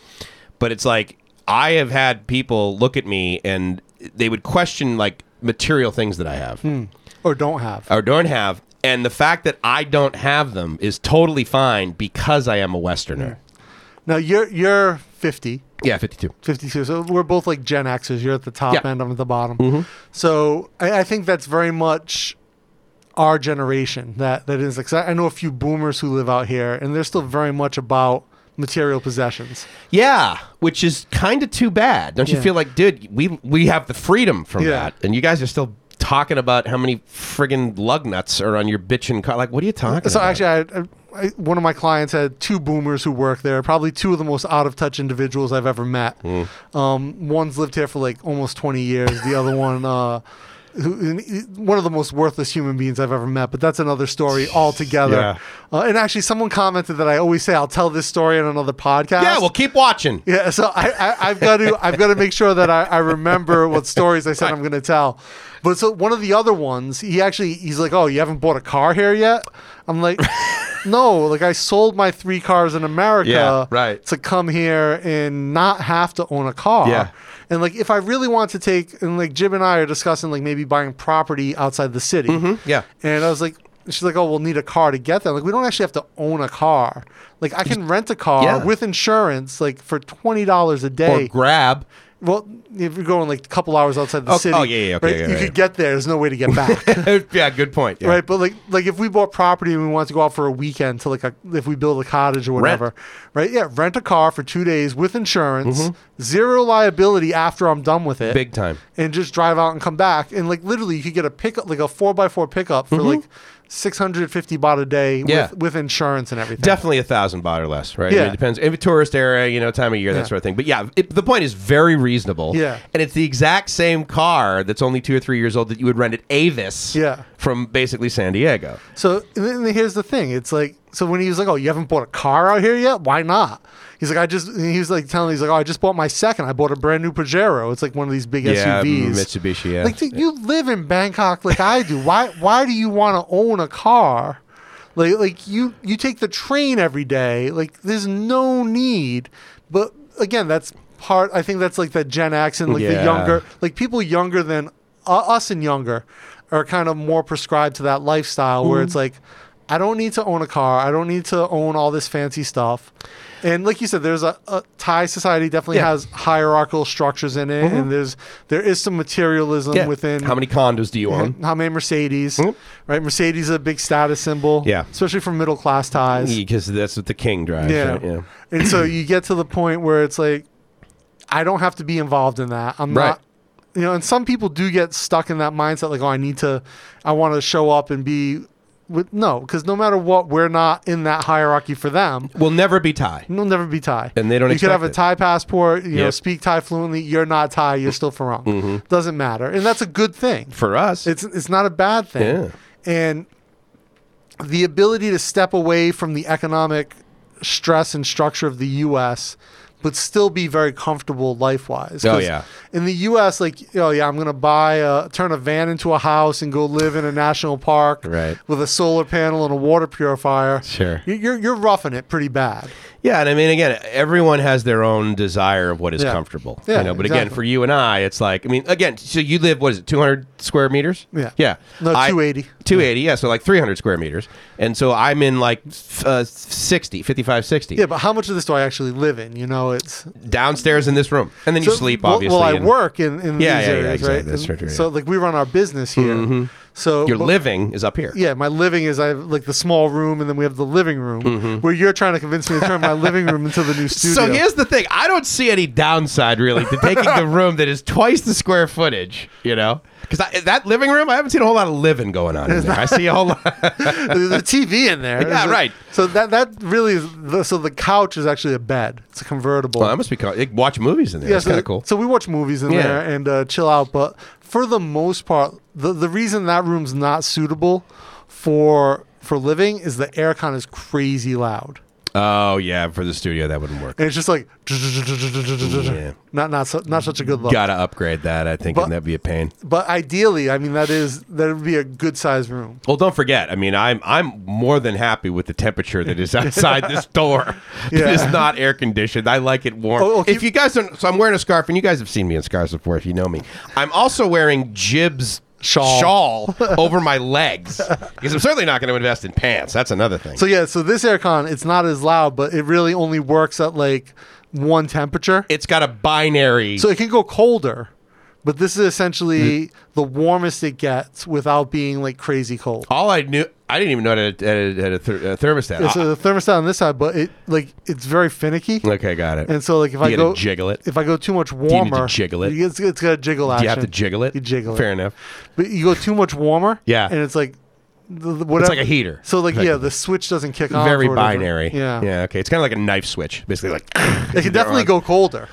But it's like I have had people look at me and they would question like material things that I have Hmm. Or don't have. or don't have. And the fact that I don't have them is totally fine because I am a Westerner. Now you're you're 50, Yeah, 52. 52. So we're both like Gen X's. You're at the top Yeah. end. I'm at the bottom. So I, I think that's very much our generation that that is. Because I know a few boomers who live out here, and they're still very much about material possessions. Yeah, which is kind of too bad. Don't Yeah. you feel like, dude, we we have the freedom from Yeah. that, and you guys are still talking about how many friggin' lug nuts are on your bitchin' car? Like, what are you talking So about? actually, I, I, I, one of my clients had two boomers who work there. Probably two of the most out of touch individuals I've ever met. Hmm. Um, one's lived here for like almost twenty years. The other one, uh, who, and- one of the most worthless human beings I've ever met. But that's another story altogether. Yeah. Uh, and actually, someone commented that I always say I'll tell this story on another podcast. yeah, well, keep watching. Yeah, so I, I, I've got to I've got to make sure that I, I remember what stories I said I'm going to tell. But so one of the other ones, he actually he's like, "Oh, you haven't bought a car here yet?" I'm like, "No, like I sold my three cars in America Yeah, right. to come here and not have to own a car." Yeah. And like if I really want to take and like Jim and I are discussing like maybe buying property outside the city. Yeah. And I was like, she's like, oh, we'll need a car to get there. Like, we don't actually have to own a car. Like, I can rent a car Yeah. with insurance, like for twenty dollars a Or day. grab. well, if you're going like a couple hours outside the Oh, city, oh, yeah, yeah, okay, right, yeah, you yeah. could get there. There's no way to get back. yeah, good point. Yeah. Right, but like like if we bought property and we wanted to go out for a weekend to like a, if we build a cottage or whatever, right? Yeah, rent a car for two days with insurance, zero liability after I'm done with it Mm-hmm. Big time. and just drive out and come back. And like literally, you could get a pickup, like a four x four pickup for like six hundred fifty baht a day Mm-hmm. Yeah. with, with insurance and everything. Definitely a thousand baht or less, right? I mean, Yeah. it depends. If a tourist area, you know, time of year, Yeah. that sort of thing. But yeah, it, the point is very reasonable. Yeah. And it's the exact same car that's only two or three years old that you would rent at Avis Yeah. from basically San Diego. So and then here's the thing: it's like so when he was like, "Oh, you haven't bought a car out here yet? Why not?" He's like, "I just," and he was like telling, me, "He's like, oh, I just bought my second. I bought a brand new Pajero. It's like one of these big Yeah, SUVs." Mitsubishi, yeah. Like dude, you live in Bangkok like I do. Why? Why do you want to own a car? Like, like you you take the train every day. Like, there's no need. But again, that's part. I think that's like the Gen X and like the Yeah. younger, like people younger than uh, us and younger, are kind of more prescribed to that lifestyle where Mm-hmm. it's like, I don't need to own a car. I don't need to own all this fancy stuff. And like you said, there's a, a Thai society definitely Yeah. Mm-hmm. has hierarchical structures in it, and there's there is some materialism Yeah. within How many condos do you own? how many Mercedes, right? Mercedes is a big status symbol, Yeah. especially for middle class ties. Because that's what the king drives. Yeah. right? yeah. And so you get to the point where it's like, I don't have to be involved in that. I'm Right. not, you know, and some people do get stuck in that mindset like, oh, I need to, I want to show up and be with, no, because no matter what, we're not in that hierarchy for them. Will never be Thai. You'll never be Thai. And they don't You could expect have a it. Thai passport, you know, Yep. Mm-hmm. speak Thai fluently. You're not Thai. You're still from. Doesn't matter. And that's a good thing. For us, It's it's not a bad thing. Yeah. And the ability to step away from the economic stress and structure of the US but still be very comfortable life wise. Oh, yeah. In the US, like, oh yeah, I'm gonna buy a turn a van into a house and go live in a national park Right. with a solar panel and a water purifier. Sure. You- You're you're roughing it pretty bad. Yeah, and I mean, again, everyone has their own desire of what is Yeah. comfortable. Yeah, you know, but again, exactly. for you and I, it's like, I mean, again, so you live what is it, two hundred square meters? Yeah. yeah, No, I- 280. 280, yeah, so like three hundred square meters, and so I'm in like f- uh, 60, 55, 60. Yeah, but how much of this do I actually live in? You know, now it's downstairs in this room, and then you So- sleep. well- Obviously, Well, I and work in, in these Yeah, yeah, yeah, areas, exactly. right? That's And right, right, Mm-hmm. So like we run our business here. So Your but- living is up here. Yeah, my living is I have like the small room, and then we have the living room where you're trying to convince me to turn my living room into the new studio. Mm-hmm. So here's the thing: I don't see any downside really to taking the room that is twice the square footage. You know, because that living room, I haven't seen a whole lot of living going on in there. I see a whole lot. There's a TV in there. Yeah, So- right. So that that really is the, so the couch is actually a bed. It's a convertible. well, that must be cool. You can watch movies in there. That's so, kind of cool. So we watch movies in Yeah. there and uh, chill out. But for the most part, the the reason that room's not suitable for for living is the aircon is crazy loud. Oh yeah, for the studio that wouldn't work. And it's just like Yeah. not not su- not such a good look. Gotta upgrade that, I think, But- and that'd be a pain. But ideally, I mean, that is that would be a good sized room. Well, don't forget. I mean, I'm I'm more than happy with the temperature that is outside this door. Yeah. It is not air conditioned. I like it warm. Oh, oh, if keep- you guys don't, so I'm wearing a scarf, and you guys have seen me in scarves before. If you know me, I'm also wearing Jib's Shawl. shawl over my legs because I'm certainly not going to invest in pants. That's another thing. So yeah, so this aircon it's not as loud, but it really only works at like one temperature. it's got a binary. So it can go colder, but this is essentially Mm-hmm. the warmest it gets without being like crazy cold. all I knew, I didn't even know it had a, had a, had a, ther- a thermostat. Yeah, so the thermostat on this side, but it like it's very finicky. Ah, okay, got it. And so like if you I gotta go jiggle it. if I go too much you need to warmer, jiggle it? It's, it's got a jiggle action. you have to jiggle it. You jiggle it. Fair enough. But you go too much warmer, Yeah. and it's like the, the, whatever. like a heater. So like Like- yeah, the switch doesn't kick on. Very for whatever- binary. Oh, Yeah, Yeah. Okay. It's kind of like a knife switch, basically. Like It can definitely on. go colder.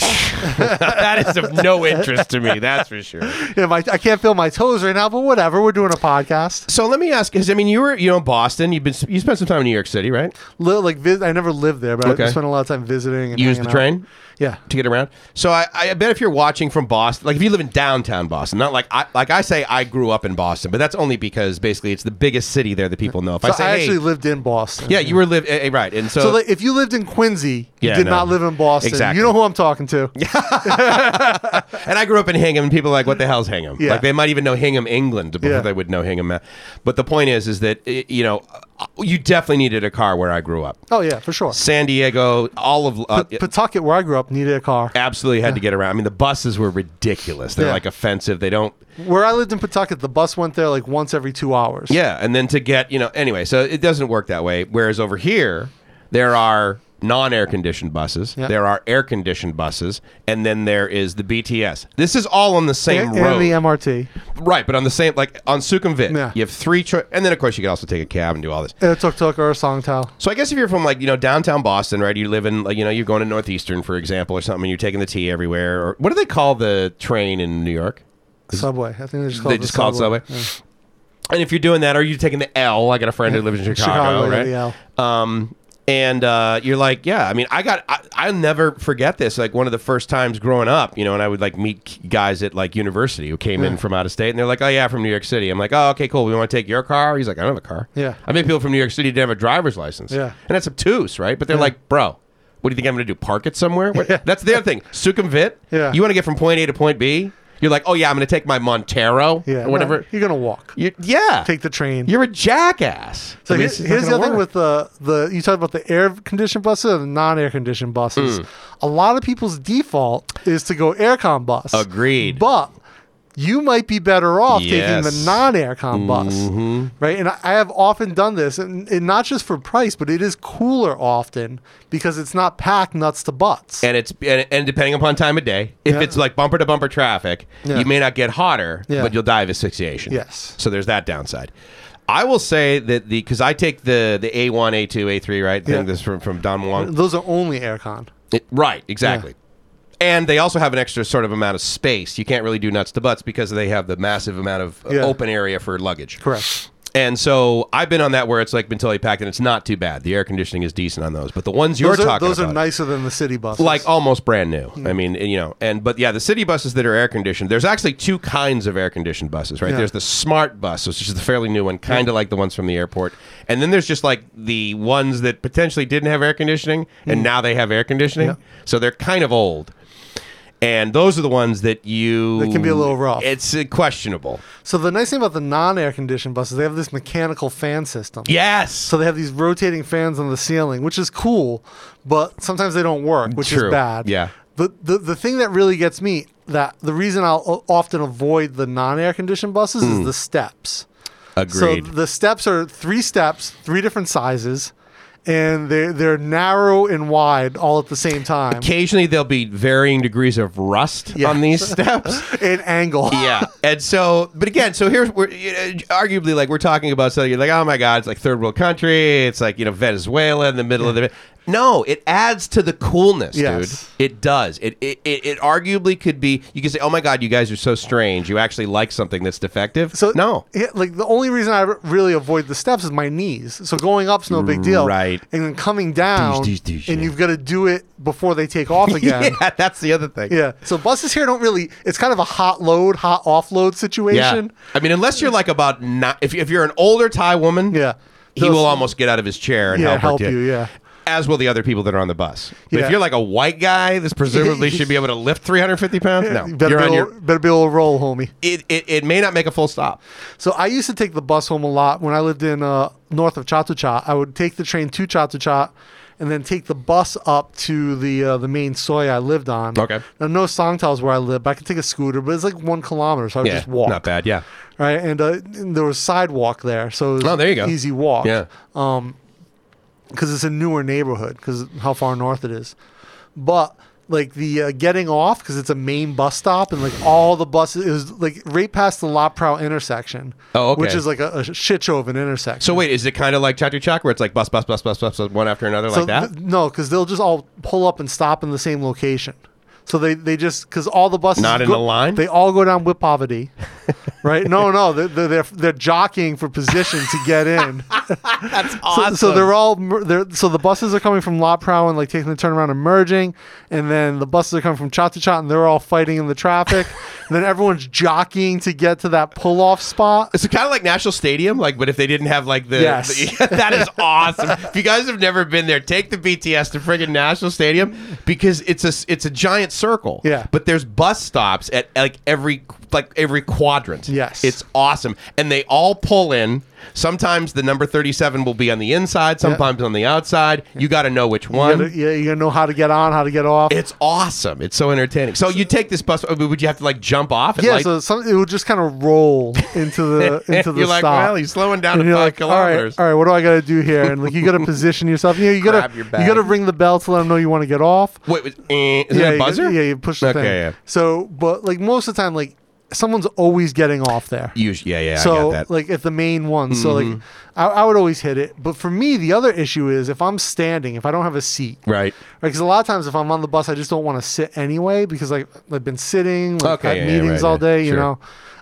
that is of no interest to me. That's for sure. Yeah, my, I can't feel my toes right now, but whatever. We're doing a podcast. So let me ask, because I mean, you were you know in Boston. You've been you spent some time in New York City, right? Li- like vis- I never lived there, but I Okay. spent a lot of time visiting. And You Use the hanging out. train Yeah. to get around. So I, I bet if you're watching from Boston, like if you live in downtown Boston, not like I like I say I grew up in Boston, but that's only because basically it's the biggest city there that people know. If So I say, I hey- actually lived in Boston. yeah, you were live eh, eh, right, and so, So like, if you lived in Quincy, you Yeah, did no. not live in Boston. Exactly. You know who I'm talking to. Yeah. And I grew up in Hingham, and people are like, "What the hell's Hingham?" Mm. Yeah. Like they might even know Hingham, England, before Yeah. they would know Hingham. Ma- But the point is, is that i- you know, uh, you definitely needed a car where I grew up. Oh yeah, for sure. San Diego, all of uh, P- Pawtucket, where I grew up, needed a car. absolutely had to get around. I mean, the buses were ridiculous. They're Yeah. like offensive. They don't. Where I lived in Pawtucket, the bus went there like once every two hours. Yeah, and then to get you know anyway, so it doesn't work that way. Whereas over here, there are non-air conditioned buses. Yeah. There are air conditioned buses, and then there is the BTS. This is all on the same And, road. and the MRT. Right, but on the same like on Sukhumvit, Yeah. you have three cho and then of course you can also take a cab and do all this. And a tuk tuk or a song towel. So I guess if you're from like you know downtown Boston, right? You live in like you know you're going to Northeastern for example or something, and you're taking the T everywhere. Or what do they call the train in New York? Subway. I think they just call they it the just call it subway. And if you're doing that, or you're taking the L, I got a friend who lives in Chicago, Chicago, yeah, right? the L. Um, and uh, you're like, yeah. I mean, I got, I, I'll never forget this. Like one of the first times growing up, you know, and I would like meet k- guys at like university who came in from out of state, and they're like, oh yeah, from New York City. I'm like, oh okay, cool. We want to take your car. He's like, I don't have a car. Yeah. I meet people from New York City who didn't have a driver's license. Yeah. and that's obtuse, right? But they're like, bro. What do you think I'm going to do? Park it somewhere? What- That's the other thing. Sukhumvit. Yeah. You want to get from point A to point B? You're like, oh yeah, I'm going to take my Montero Yeah. or whatever. You're gonna walk. You- yeah. Take the train. You're a jackass. So I here- mean, it's not here's the gonna other thing work. with the the you talked about the air conditioned buses and the non air conditioned Hmm. buses. A lot of people's default is to go aircon bus. Agreed. But you might be better off taking the Yes. Mm-hmm. non aircon bus, right? And I I have often done this, and, and not just for price, but it is cooler often because it's not packed nuts to butts. and it's and, and depending upon time of day, if Yeah. it's like bumper to bumper traffic, Yeah. you may not get hotter, Yeah. but you'll die of asphyxiation. Yes. So there's that downside. I will say that the because I take the the A one, A two, A three, right? Yeah. Uh, Thing this from from Don Juan. Those are only aircon. It- right, exactly. And they also have an extra sort of amount of space. You can't really do nuts to butts because they have the massive amount of uh, Yeah. open area for luggage. Correct. And so I've been on that where it's like been totally packed and it's not too bad. The air conditioning is decent on those. But the ones you're Those are, talking those about, are nicer than the city buses. like oh. almost brand new. I mean, you know, and but yeah, the city buses that are air conditioned. There's actually two kinds of air conditioned buses, right? Yeah. There's the smart bus, which is the fairly new one, kind of like the ones from the airport, and then there's just like the ones that Mm. potentially didn't have air conditioning and now they have air conditioning, Yeah. so they're kind of old. And those are the ones that you That can be a little rough. It's uh, questionable. So the nice thing about the non-air conditioned buses, they have this mechanical fan system. Yes. So they have these rotating fans on the ceiling, which is cool, but sometimes they don't work, which True. is bad. Yeah. The, the the thing that really gets me that the reason I'll o- often avoid the non-air conditioned buses is the steps. Hmm. Agreed. So the steps are three steps, three different sizes, and they they're narrow and wide all at the same time. Occasionally there'll be varying degrees of rust Yeah. on these steps. An angle. yeah. And so, but again, so here's we're uh, arguably like we're talking about something you're like, oh my god, it's like third world country, it's like you know Venezuela in the middle of the. No, it adds to the coolness, Yes. dude. It does. It, it it it arguably could be. You could say, oh my god, you guys are so strange. You actually like something that's defective. So no, yeah, like the only reason I r- really avoid the steps is my knees. So going up's no big deal, Right. And then coming down, Douche, douche, douche, and yeah. you've got to do it before they take off again. yeah. yeah, that's the other thing. So buses here don't really. It's kind of a hot load, hot offload situation. I mean, unless you're like about not, if, if you're an older Thai woman, Yeah. he Those- will almost get out of his chair and Yeah, help, her help to- you, yeah. As will the other people that are on the bus. But Yeah. if you're like a white guy, this presumably should be able to lift 350 pounds. No, You better, you're be on able, your. better be able to roll, homie. It, it, it may not make a full stop. So I used to take the bus home a lot when I lived in uh, north of Chatuchat. I would take the train to Chatuchat and then take the bus up to the uh, the main soy I lived on. Okay. Now no Songtal is where I live, but I could take a scooter, but it's like one kilometer, so I would Yeah, just walk. not bad. Yeah, Right, and, uh, and there was sidewalk there, so it was Oh, there you go. easy walk. yeah. because it's a newer neighborhood because how far north it is, but. Like the uh, getting off because it's a main bus stop and like all the buses it was like right past the La Prow intersection. Oh, okay. Which is like a, a shit show of an intersection. So wait, is it kind of like Chatu Chak where it's like bus, bus, bus, bus, bus, bus, one after another like that? th- no, because they'll just all pull up and stop in the same location. So they, they just because all the buses Not in go- a line? They all go down with poverty, right? No, no, they're they're, they're, they're jockeying for position to get in. That's So, so they're all mer- they're so the buses are coming from La Prow and like taking the turnaround and merging, and then the buses are coming from Chat to Chat and they're all fighting in the traffic. and then everyone's jockeying to get to that pull off spot. It's kind of like National Stadium, like, but if they didn't have like the, Yes. the- that is awesome. if you guys have never been there, take the BTS to friggin' National Stadium because it's a s- it's a giant circle. Yeah. but there's bus stops at like every like every quadrant. Yes. it's awesome, and they all pull in. Sometimes the number thirty-seven will be on the inside, sometimes on the outside. You got to know which You one. gotta, yeah, you gotta know how to get on, how to get off. it's awesome. It's so entertaining. So you take this bus. I mean, Would you have to like jump off? At, yeah, like, so some, it would just kind of roll into the into the you're stop. like, well, he's slowing down and to you're five like, all kilometers. right, all right, what do I gotta do here? And like, you gotta position yourself. You know, you gotta Grab your you bag. gotta ring the bell to let them know you want to get off. Wait, was, eh, is yeah, it a you- buzzer? yeah, you push the Okay, thing. yeah. So, but like most of the time, like someone's always getting off there. Usually, yeah, yeah, I so got that. Mm-hmm. like at the main one. So like, I, I would always hit it. But for me, the other issue is if I'm standing, if I don't have a seat. right. Because a lot of times, if I'm on the bus, I just don't want to sit anyway because like I've been sitting, like, Okay, had yeah, yeah, meetings right, all yeah, day. You sure. Hmm. know,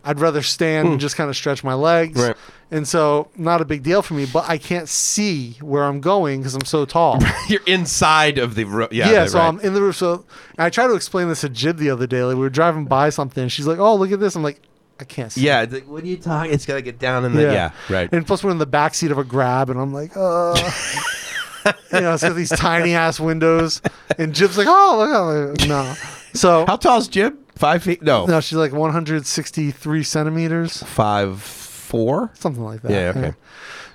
I'd rather stand and just kind of stretch my legs. Right. And so, not a big deal for me. But I can't see where I'm going because I'm so tall. You're inside of the ro- yeah. yeah. the- so right. I'm in the roof. So and I tried to explain this to Jib the other day. Like we were driving by something, and she's like, "Oh, look at this." I'm like, "I can't see." yeah. it's like, what are you talking? It's gotta get down in the yeah. right. And plus, we're in the back seat of a grab, and I'm like, uh. you know, it's got these tiny ass windows, and Jib's like, "Oh, look!" I'm like, no. So How tall is Jib? Five feet? No, No, she's like 163 centimeters, five four. something like that. Yeah, okay.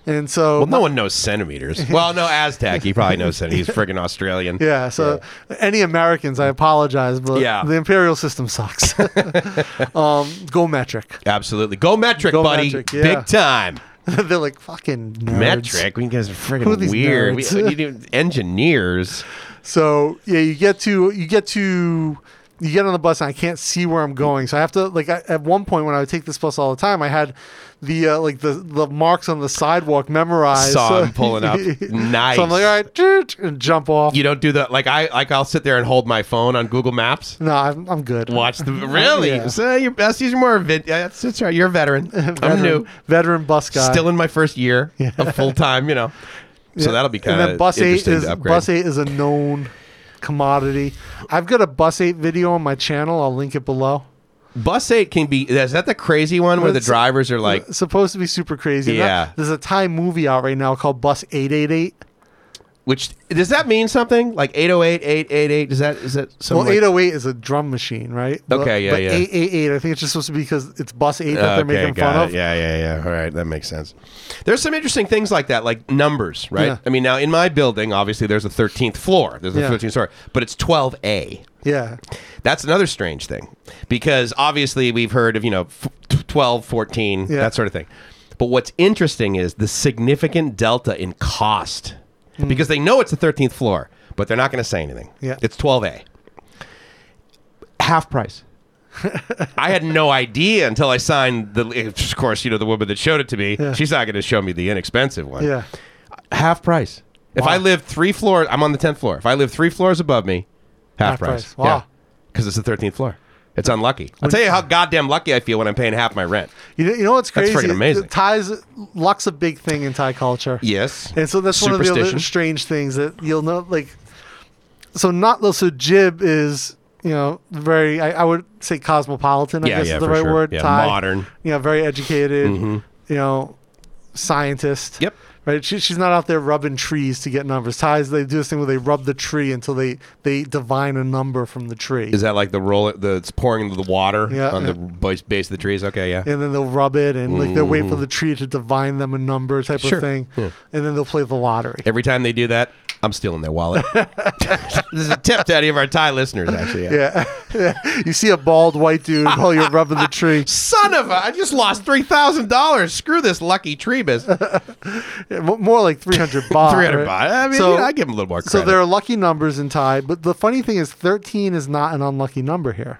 And so, Well, no one knows centimeters. well, no Aztec. He probably knows that. He's friggin' Australian. yeah, so any Americans, I apologize, but Yeah. the imperial system sucks. um, go metric. Absolutely. Go metric, Go buddy. metric, yeah. Big time. They're like fucking nerds. Metric. We guys are Who are friggin' these weird. We, nerds? you do- engineers. So yeah, you get to you get to you get on the bus and I can't see where I'm going. So I have to like I, at one point when I would take this bus all the time, I had the uh, like the the marks on the sidewalk memorized. Saw So- him pulling up. Nice. So I'm like, all right, choo- choo," and jump off. You don't do that. Like I like I'll sit there and hold my phone on Google Maps. no, I'm, I'm good. Watch the really. Yeah. So your besties are more. Vid- yeah, that's, that's right. You're a veteran. I'm veteran, new. veteran bus guy. Still in my first year of full time. You know. So that'll be kind and then of bus eight interesting is to upgrade. bus eight is a known commodity. I've got a bus eight video on my channel. I'll link it below. Bus eight can be. Is that the crazy one where the It's- drivers are like? It's supposed to be super crazy. And Yeah. that- there's a Thai movie out right now called Bus Eight Eight Eight. Which does that mean something? Like 808, 888? Is that is that Well, something? like- 808 is a drum machine, right? But- Okay, yeah, but yeah. 888, I think it's just supposed to be because it's bus 8 that they're Okay, making got fun it. of. Yeah, yeah, yeah. All right, that makes sense. There's some interesting things like that, like numbers, right? Yeah. I mean, now in my building, obviously, there's a 13th floor. There's a Yeah. 13th floor, but it's 12A. Yeah. That's another strange thing because obviously we've heard of, you know, f- t- 12, 14, Yeah. that sort of thing. But what's interesting is the significant delta in cost because they know it's the 13th floor, but they're not going to say anything. Hmm. Yeah. It's 12A. Half price. I had no idea until I signed the, of course, you know, the woman that showed it to me. Yeah. She's not going to show me the inexpensive one Yeah. half price. If Wow. I live three floors, I'm on the tenth floor. If I live three floors above me, half, Half price. price. Wow. because it's the thirteenth floor. It's unlucky. I'll tell you how goddamn lucky I feel when I'm paying half my rent. You know, you know what's That's crazy? friggin' amazing. Ties, luck's a big thing in Thai culture. Yes, And so that's one of the other Superstition. strange things that you'll know. Like, so not so jib is you know very I, I would say cosmopolitan. I Yeah, guess yeah, is the for right sure. word. Yeah, Thai, modern. Mm-hmm. You know, very educated. You know, scientist. Yep. Right. She, she's not out there rubbing trees to get numbers. Thais they do this thing where they rub the tree until they they divine a number from the tree. Is that like the roll? The it's pouring the water Yeah, on the yeah. base, base of the trees. Okay, yeah. and then they'll rub it and like they'll wait for the tree to divine them a number type Mm. Sure. of thing. And then they'll play the lottery. Every time they do that, I'm stealing their wallet. this is a tip to any of our Thai listeners, actually. yeah. Yeah. you see a bald white dude while you're rubbing the tree. Son of a! I just lost three thousand dollars. Screw this lucky tree business. Yeah, mo- More like 300 baht. Three hundred right? baht. I mean, So- you know, I give them a little more credit. So there are lucky numbers in Thai, but the funny thing is 13 is not an unlucky number here.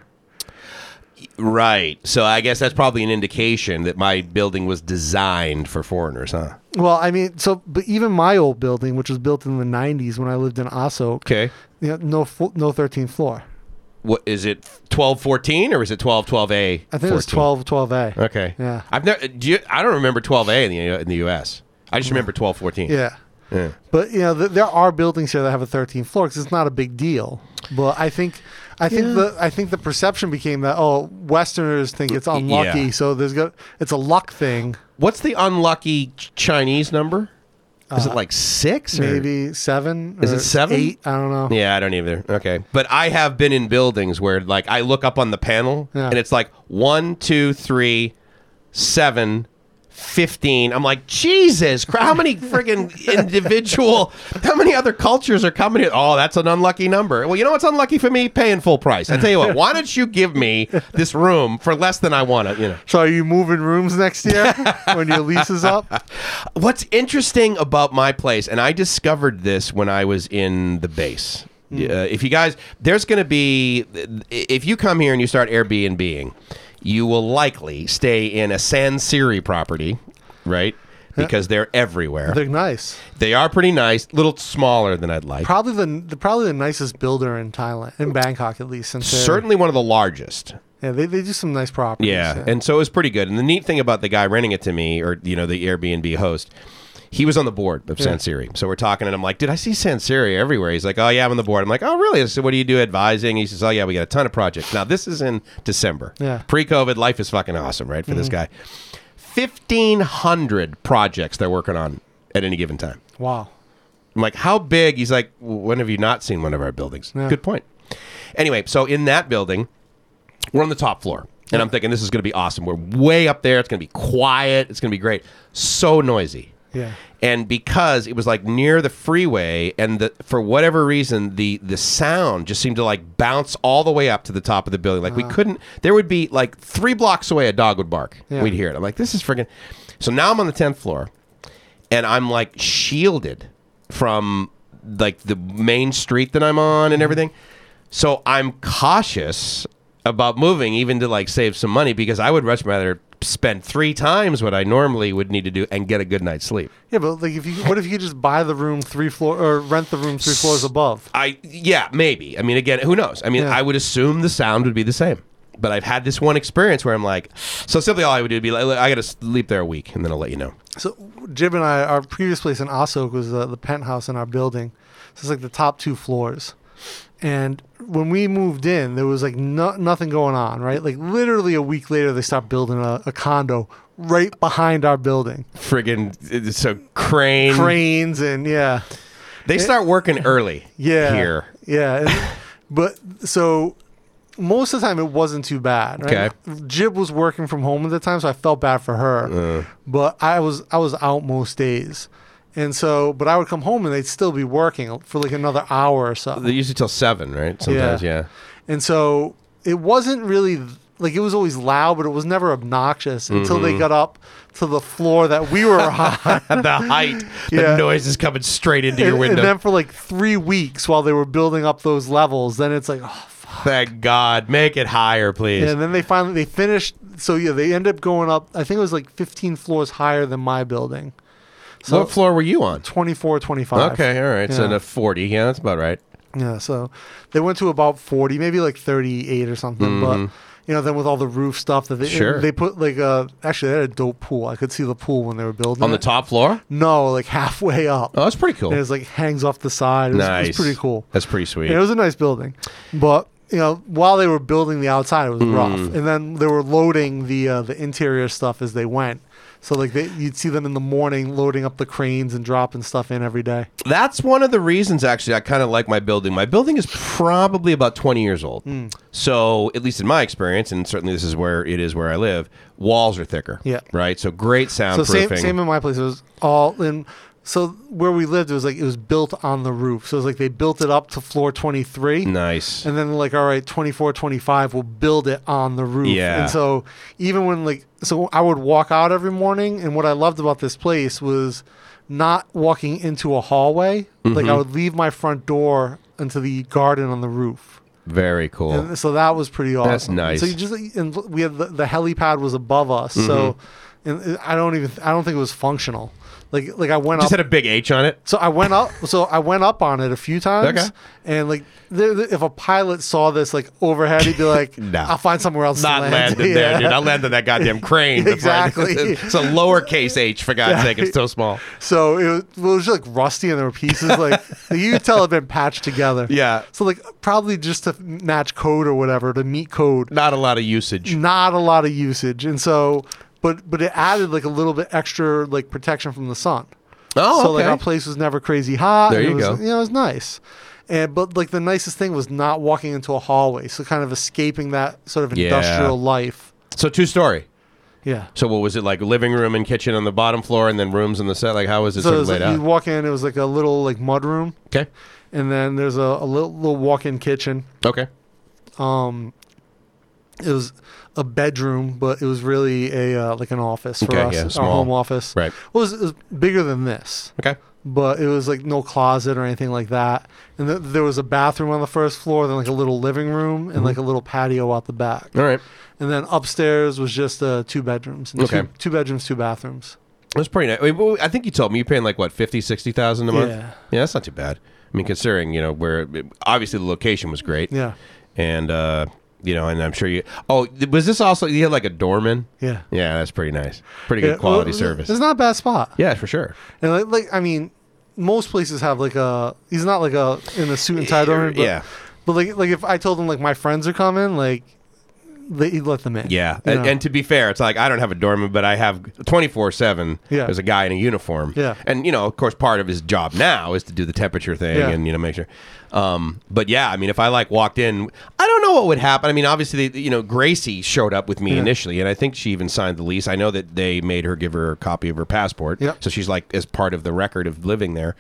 Right. So I guess that's probably an indication that my building was designed for foreigners, huh? Well, I mean, so but even my old building, which was built in the 90s when I lived in Aso, Okay. you know, no fo- no 13th floor. What is it 12 14 or is it 12 12 A? I think it was 12 12A. Okay. Yeah. I've never do you, I don't remember 12 A in the in the US. I just remember 12 14. Yeah. But you know, th- there are buildings here that have a 13th floor because it's not a big deal. But I think, I think the I think the perception became that oh, Westerners think it's unlucky, yeah. so there's got it's a luck thing. What's the unlucky Ch- Chinese number? Is it like 6 or Uh, Maybe seven. Is or it seven? Eight? I don't know. Yeah, I don't either. Okay. But I have been in buildings where like I look up on the panel Yeah. and it's like one, two, three, seven, fifteen. I'm like, Jesus Christ, how many friggin' individual how many other cultures are coming here? Oh, that's an unlucky number. Well, you know what's unlucky for me? Paying full price. I tell you what, why don't you give me this room for less than I want it, you know? So are you moving rooms next year when your lease is up? What's interesting about my place, and I discovered this when I was in the base. Hmm. Uh, if you guys, there's going to be, if you come here and you start Airbnbing, you will likely stay in a San Siri property, right? Because they're everywhere. They're nice. They are pretty nice, a little smaller than I'd like. Probably the, the probably the nicest builder in Thailand, in Bangkok at least. Since they're- Certainly one of the largest. yeah, they, they do some nice properties. Yeah, and so it was pretty good. And the neat thing about the guy renting it to me, or you know, the Airbnb host, he was on the board of Sansiri. So we're talking, and I'm like, "Did I see Sansiri everywhere?" He's like, "Oh yeah, I'm on the board." I'm like, "Oh really?" So what do you do advising? He says, "Oh yeah, we got a ton of projects." Now this is in December. Yeah. pre-COVID, life is fucking awesome, right? For this guy, fifteen hundred projects they're working on at any given time. wow. I'm like, how big? He's like, "W- when have you not seen one of our buildings? Yeah. Good point. Anyway, so in that building, we're on the top floor. And I'm thinking this is going to be awesome. We're way up there. It's going to be quiet. It's going to be great. So noisy. Yeah. And because it was like near the freeway, and the, for whatever reason, the the sound just seemed to like bounce all the way up to the top of the building. Like we couldn't. There would be like three blocks away, a dog would bark. Yeah. We'd hear it. I'm like, this is friggin'. So now I'm on the tenth floor, and I'm like shielded from like the main street that I'm on and everything. So I'm cautious about moving, even to like save some money, because I would much rather spend three times what I normally would need to do and get a good night's sleep. Yeah, but like, if you what if you could just buy the room three floor or rent the room three floors above? I yeah, maybe. I mean, again, who knows? I mean, Yeah. I would assume the sound would be the same. But I've had this one experience where I'm like, so simply all I would do would be like, "Look, I got to sleep there a week, and then I'll let you know. So Jib and I, our previous place in Ossook was uh, the penthouse in our building. So it's like the top two floors. And when we moved in, there was like no, nothing going on, right? Like literally a week later, they stopped building a, a condo right behind our building. Mm. Friggin' so uh, crane. Cranes and yeah, They start working early. yeah Here. yeah and- but so most of the time it wasn't too bad right? jib was working from home at the time so i felt bad for Uh. her but i was i was out most days and so but i would come home and they'd still be working for like another hour or so They're usually till seven, right? Sometimes, yeah. and so it wasn't really like it was always loud but it was never obnoxious until Mm-hmm. they got up to the floor that we were on At the height, Yeah. the noise is coming straight into your and, and window. then for like three weeks while they were building up those levels then it's like oh fuck. Thank God. Make it higher, please. and then they finally they finished so yeah they end up going up i think it was like 15 floors higher than my building so what floor were you on? 24 25 Okay, all right. So Yeah. in a 40. Yeah, that's about right. yeah so they went to about 40 maybe like 38 or something but you know then with all the roof stuff that they Mm-hmm. Sure. they put like uh actually they had a dope pool i could see the pool when they were building On the it. top floor? no like halfway up Oh, that's pretty cool. and it was like hangs off the side it was, nice. it was pretty cool That's pretty sweet. And it was a nice building, but you know, while they were building the outside, it was rough, and then they were loading the uh, the interior stuff as they went. So like they, you'd see them in the morning loading up the cranes and dropping stuff in every day. That's one of the reasons, actually, I kind of like my building. My building is probably about 20 years old. Hmm. So, at least in my experience, and certainly this is where it is where I live, walls are thicker. Yeah. Right? So, great So soundproofing. same same in my place. It was all in. So where we lived, it was like it was built on the roof. So it was like they built it up to floor twenty three. nice. And then like all right, 24, 25, we'll build it on the roof. Yeah. And so even when like so I would walk out every morning and what I loved about this place was not walking into a hallway. Like Mm-hmm. I would leave my front door into the garden on the roof. Very cool. And so that was pretty awesome. Oh. That's nice. So you just like, and we had the, the helipad was above us. So Mm-hmm. and it- I don't even I don't think it was functional. Like like I went Just up had a big H on it. so I went up. So I went up on it a few times. Okay. And like, there, there- if a pilot saw this like overhead, he'd be like, No. "I'll find somewhere else Not to land." landed Yeah. there, dude. I landed that goddamn crane. before I- Exactly. it's a lowercase H, for God's sake. It's so small. So it was, it was just like rusty, and there were pieces like you could tell had been patched together. Yeah. So like probably just to match code or whatever to meet code. Not a lot of usage. Not a lot of usage, and so but but it added like a little bit extra like protection from the sun. Oh, so okay. like our place was never crazy hot. There and you it was, go. You know, it was nice. And but like the nicest thing was not walking into a hallway, so kind of escaping that sort of Yeah. industrial life. so, two story. Yeah. So, what was it like? Living room and kitchen on the bottom floor, and then rooms on the set? Like, how was it So it sort of was laid like, you out? walk in, it was like a little like mud room, Okay. and then there's a, a little, little walk-in kitchen. Okay. It was a bedroom, but it was really a uh, like an office for Okay, us, yeah, our small. home office. Right. It was, it was bigger than this. Okay. but it was like no closet or anything like that. And th- there was a bathroom on the first floor, then like a little living room and like a little patio out the back. Mm-hmm. All right. And then upstairs was just uh, two bedrooms. And Okay. Two, two bedrooms, two bathrooms. That's pretty nice. I, mean, well, I think you told me you're paying like what 50, 60,000 a month. Yeah. that's not too bad. I mean, considering you know where obviously the location was great. Yeah. and uh, you know, and I'm sure you. Oh, th- was this also you had like a doorman? Yeah. Yeah, that's pretty nice. Pretty good Yeah, well, quality it's- service. It's not a bad spot. yeah, for sure. And like, like, I mean, most places have like a, he's not like a, in a suit and tie dorm. But, Yeah. But like, like if I told him like my friends are coming, like, they, he'd let them in. Yeah, You and, know? and to be fair, it's like I don't have a doorman, but I have twenty four seven. Yeah. there's a guy in a uniform. Yeah. and you know, of course, part of his job now is to do the temperature thing Yeah. and you know make sure. Um, but yeah, I mean, if I like walked in, I don't know what would happen. I mean, obviously, they, you know, Gracie showed up with me Yeah. initially, and I think she even signed the lease. I know that they made her give her a copy of her passport, Yep. so she's like as part of the record of living there.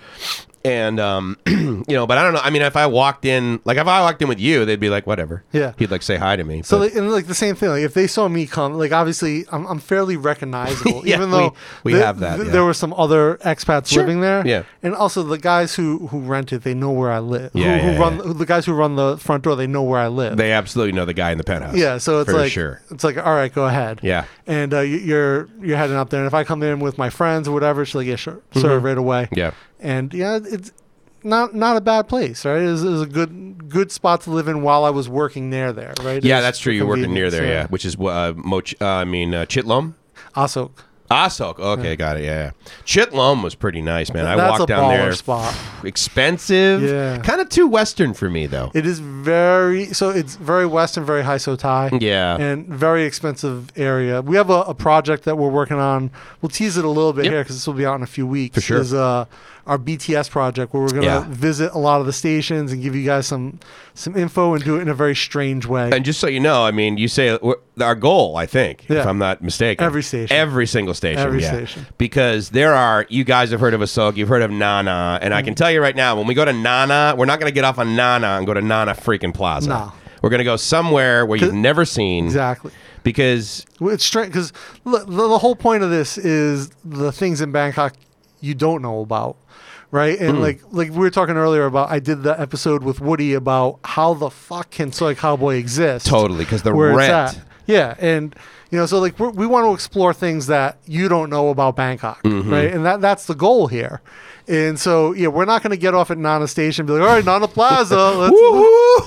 And um, you know, but I don't know. I mean, if I walked in, like if I walked in with you, they'd be like, whatever. Yeah. he'd like say hi to me. So but- like, and like the same thing. Like if they saw me come, like obviously I'm, I'm fairly recognizable, Yeah, even though we- we the- have that, th- yeah. There were some other expats Sure, living there, yeah. and also the guys who who rent it, they know where I live. Yeah, who, who yeah, run yeah. who- the guys who run the front door, they know where I live. They absolutely know the guy in the penthouse. yeah, so it's for like sure. it's like all right, go ahead. Yeah. and uh, you, you're you're heading up there, and if I come in with my friends or whatever, she's like, yeah, sure, sir, right away. Mm-hmm. Yeah. and yeah, it's not not a bad place, right? It was, it was a good good spot to live in while I was working near there, right? It Yeah, was that's true. for You're working near convenience, there, yeah. Which is uh, Moch. Uh, I mean, uh, Chitlum. Asok. Asok. Okay, got it. Yeah, yeah. Chitlum was pretty nice, man. I That's walked a down baller there. spot. Expensive. Yeah. Kind of too western for me though. It is very so it's very western, very high so tie. Yeah. And very expensive area. We have a, a project that we're working on. We'll tease it a little bit Yep. here because this will be out in a few weeks. For sure. Is uh, our BTS project where we're gonna Yeah. visit a lot of the stations and give you guys some some info and do it in a very strange way. And just so you know, I mean, you say we're- our goal, I think, if Yeah. I'm not mistaken. Every station. Every single station. Every yeah. station. Because there are, you guys have heard of Ahsoka, you've heard of Nana. And I Mm. can tell you right now, when we go to Nana, we're not going to get off on Nana and go to Nana freaking Plaza. No. We're going to go somewhere where you've never seen. exactly. Because Well, It's strange because the, the whole point of this is the things in Bangkok you don't know about, right? Mm. And like like we were talking earlier about, I did the episode with Woody about how the fuck can Soy Cowboy exist? Totally, 'cause the where it's rent. at. Yeah, and you know, so like we're, we want to explore things that you don't know about Bangkok, Mm-hmm. right? And that that's the goal here. And so yeah, we're not going to get off at Nana Station and be like, all right, Nana Plaza, let's Woohoo!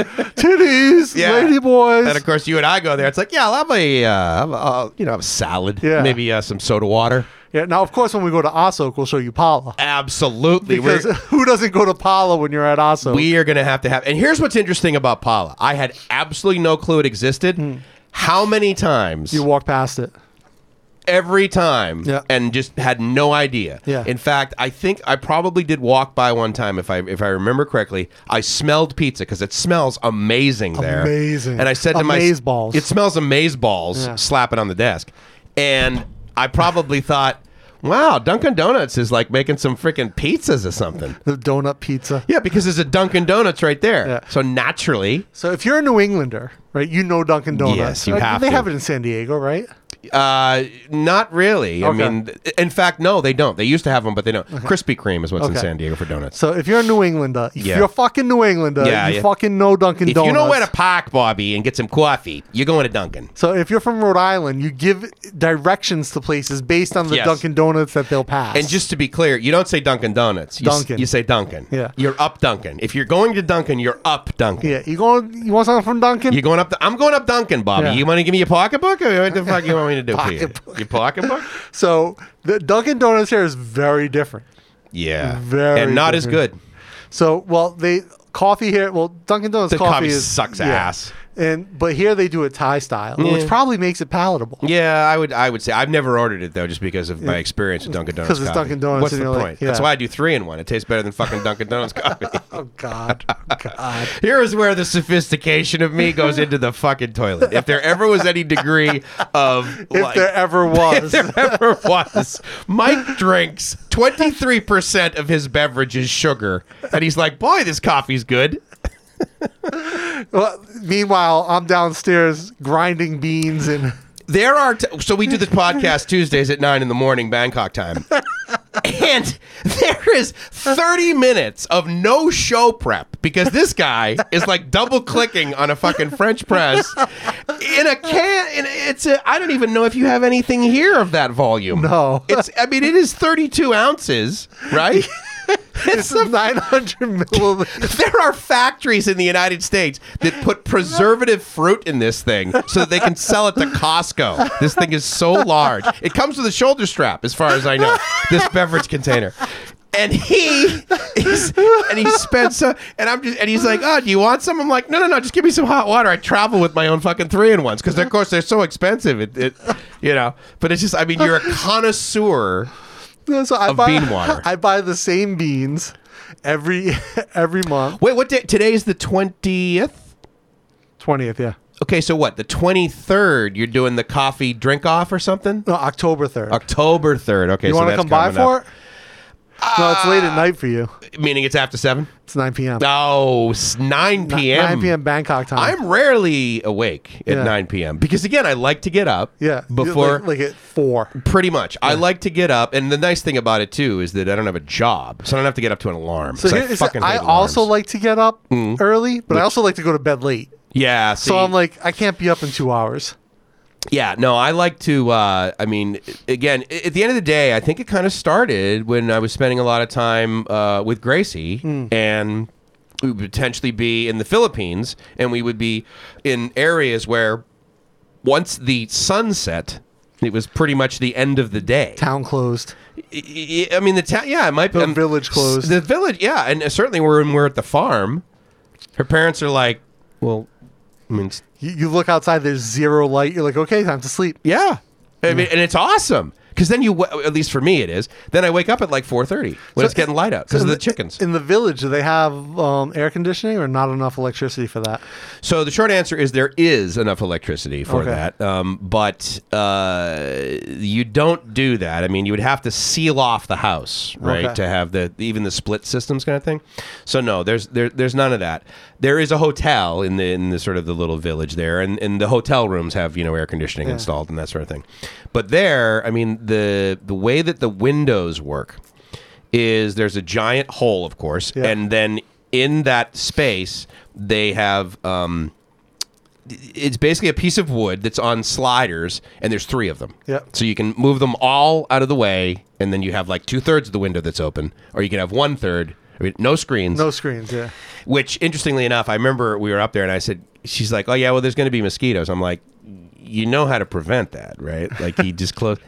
yeah, titties, Yeah. lady boys, And of course, you and I go there. It's like, yeah, I'll have a, uh, I'll- I'll- you know, have a salad, Yeah. maybe uh, some soda water. Yeah. Now, of course, when we go to Asok, we'll show you Pala Absolutely. We're- because who doesn't go to Pala when you're at Asok? we are going to have to have. And here's what's interesting about Paula. I had absolutely no clue it existed. How many times? Hmm. you walk past it. every time, Yeah. and just had no idea. Yeah. In fact, I think I probably did walk by one time, if I if I remember correctly. I smelled pizza because it smells amazing there. Amazing. And I said to myself, Amazeballs. It smells amaze balls Yeah. slapping on the desk, and I probably thought. Wow, Dunkin' Donuts is like making some freaking pizzas or something. The donut pizza. Yeah, because there's a Dunkin' Donuts right there. Yeah. So naturally, So if you're a New Englander, right, you know Dunkin' Donuts. Yes, you Uh, have They to. have it in San Diego, right? Uh, not really. Okay. I mean, th- in fact, no, they don't. They used to have them, but they don't. Krispy Kreme is what's in Okay. San Diego for donuts. So if you're a New Englander, if Yeah. you're a fucking New Englander, Yeah, you yeah. fucking know Dunkin' If Donuts. you know where to park, Bobby, and get some coffee, you're going to Dunkin'. so if you're from Rhode Island, you give directions to places based on the Yes. Dunkin' Donuts that they'll pass. And just to be clear, you don't say Dunkin' Donuts. You s- Dunkin'. you say Dunkin'. Yeah. You're up Dunkin'. If you're going to Dunkin', you're up Dunkin'. yeah, you going? You want something from Dunkin'? You're going up. The, I'm going up Dunkin', Bobby. Yeah. You want to give me your pocketbook, or what the fuck you want me to do for you? Your pocketbook? so the Dunkin' Donuts here is very different. Yeah. Very and not different. as good. So, well, they coffee here. Well, Dunkin' Donuts The coffee, coffee is, sucks ass. And but here they do it Thai style, which Yeah. probably makes it palatable. Yeah, I would. I would say I've never ordered it though, just because of my experience with Dunkin' Donuts. 'Cause it's coffee. Dunkin' Donuts What's and the you're point? like, That's yeah. why I do three in one. It tastes better than fucking Dunkin' Donuts coffee. Oh God, God. Here is where the sophistication of me goes into the fucking toilet. If there ever was any degree of If like, there ever if was, there ever was, Mike drinks twenty three percent of his beverage is sugar, and he's like, "Boy, this coffee's good." well, meanwhile, I'm downstairs grinding beans and There are t- so we do this podcast Tuesdays at nine in the morning Bangkok time, and there is thirty minutes of no show prep because this guy is like double clicking on a fucking French press in a can. In a, it's a I don't even know if you have anything here of that volume. No. it's I mean it is thirty two ounces, right? it's 900 milliliters. There are factories in the United States that put preservative fruit in this thing so that they can sell it to Costco. This thing is so large. It comes with a shoulder strap, as far as I know, this beverage container. And he is, and he spent some, and I'm just, and he's like, oh, do you want some? I'm like, no, no, no, just give me some hot water. I travel with my own fucking three in ones because, of course, they're so expensive. It, it, you know, but it's just, I mean, you're a connoisseur. So I Of bean water. I buy the same beans every every month. Wait, what day? Today's the 20th? Twentieth, yeah. Okay, so what? The 23rd, you're doing the coffee drink off or something? No, October third. October 3rd. Okay, you so want to that's come by coming for up. Uh, it? no, it's late at night for you. Meaning it's after Oh, 7? It's 9 p.m. No, it's 9 p.m. 9 p.m. Bangkok time. I'm rarely awake at Yeah. 9 p.m. because, again, I like to get up. Yeah. Before. like, like at four. Pretty much. I like to get up, and the nice thing about it too is that I don't have a job, so I don't have to get up to an alarm. So 'cause here, I is fucking I hate also alarms. like to get up early, but I also like to go to bed late. yeah. See, So I'm like, I can't be up in two hours. Yeah, no, I like to. Uh, I mean, again, i- at the end of the day, I think it kind of started when I was spending a lot of time uh, with Gracie, Hmm. and we would potentially be in the Philippines, and we would be in areas where once the sun set, it was pretty much the end of the day. Town closed. I- I I mean, the town. yeah, it might be um, The village closed. The village, yeah, and certainly we're when we're at the farm. Her parents are like, well, I mean, it's You, you look outside, there's zero light. You're like, okay, time to sleep. yeah. I mean, and it's awesome. Because then you, w- at least for me, it is. Then I wake up at like four thirty when it's getting light out because of the chickens. In the village, do they have um, air conditioning or not enough electricity for that? So the short answer is there is enough electricity for Okay. that, um, but uh, you don't do that. I mean, you would have to seal off the house, right, Okay. to have the even the split systems kind of thing. So no, there's there, there's none of that. There is a hotel in the in the sort of the little village there, and, and the hotel rooms have you know air conditioning installed and that sort of thing. But there, I mean, the the way that the windows work is there's a giant hole, of course, Yeah. and then in that space they have um, it's basically a piece of wood that's on sliders, and there's three of them. Yep. So you can move them all out of the way, and then you have like two thirds of the window that's open, or you can have one third. I mean, no screens. No screens, yeah. Which, interestingly enough, I remember we were up there, and I said, "She's like, oh yeah, well, there's going to be mosquitoes." I'm like, "You know how to prevent that, right?" Like he just closed.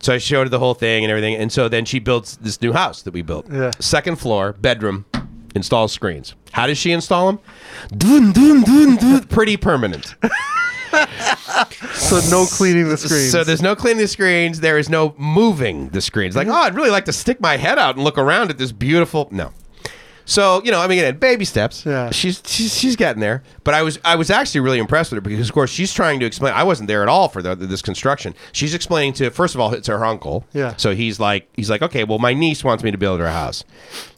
So I showed her the whole thing and everything, and so then she builds this new house that we built. Yeah. Second floor, bedroom, installs screens. How does she install them? Dun, dun, dun, dun. Pretty permanent. So no cleaning the screens. So there's no cleaning the screens. There is no moving the screens. Like, oh, I'd really like to stick my head out and look around at this beautiful. No. So you know, I mean, again, baby steps. Yeah. She's, she's she's getting there. But I was I was actually really impressed with her because of course she's trying to explain. I wasn't there at all for the, this construction. She's explaining to first of all it's her uncle. Yeah. So he's like he's like okay, well my niece wants me to build her a house.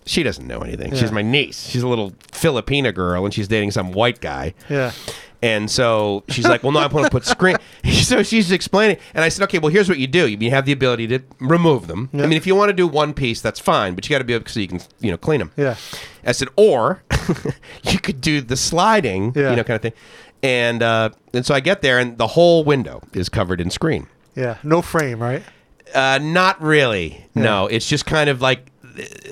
She doesn't know anything. Yeah. She's my niece. She's a little Filipina girl and she's dating some white guy. Yeah. And so she's like, "Well, no, I'm going to put screen." so she's explaining, and I said, "Okay, well, here's what you do. You have the ability to remove them. I mean, if you want to do one piece, that's fine, but you got to be able so you can, you know, clean them." Yeah. I said, "Or you could do the sliding, Yeah. you know, kind of thing." And uh, and so I get there, and the whole window is covered in screen. yeah. No frame, right? Uh, not really. No, it's just kind of like.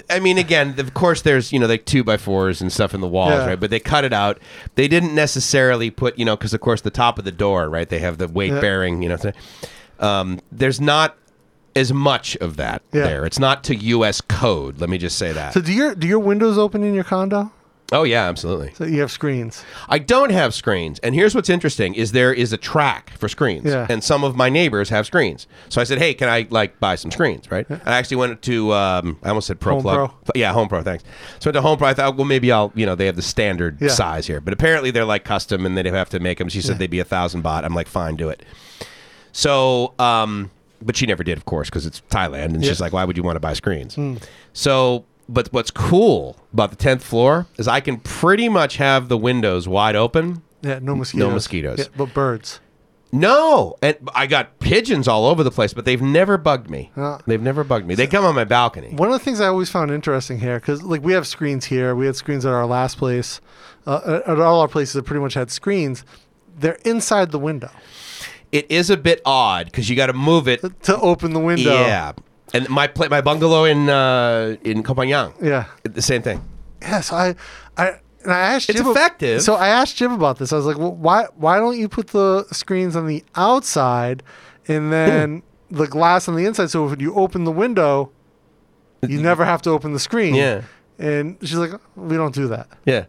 I mean, again, of course, there's you know like two by fours and stuff in the walls, Yeah. right? But they cut it out. They didn't necessarily put you know because of course the top of the door, right? They have the weight bearing, you know. thing. Um, there's not as much of that Yeah. there. It's not to U.S. code. Let me just say that. So do your do your windows open in your condo? oh yeah, absolutely. So you have screens. I don't have screens. And here's what's interesting is there is a track for screens. Yeah. And some of my neighbors have screens. So I said, hey, can I like buy some screens, right? And I actually went to, um, I almost said Pro Home Plug. Pro. Yeah, Home Pro, thanks. So I went to Home Pro. I thought, well, maybe I'll, you know, they have the standard Yeah. size here. But apparently they're like custom and they'd have to make them. She said they'd be a thousand baht. I'm like, fine, do it. So, um, but she never did, of course, because it's Thailand, and she's like, "Why would you want to buy screens?" So, but what's cool about the tenth floor is I can pretty much have the windows wide open. Yeah, no mosquitoes. mosquitoes. Yeah, but birds. No, and I got pigeons all over the place, but they've never bugged me. Huh. They've never bugged me. They come on my balcony. One of the things I always found interesting here, because like we have screens here, we had screens at our last place, uh, at at all our places that pretty much had screens. They're inside the window It is a bit odd because you got to move it. to open the window. Yeah, and my pla- my bungalow in uh, in Kompanyang, yeah. the same thing. Yes, I, I, and I asked. It's Jim ab- effective. so I asked Jim about this. I was like, "Well, why, why don't you put the screens on the outside, and then the glass on the inside? So when you open the window, you never have to open the screen." Yeah. And she's like, "We don't do that." Yeah.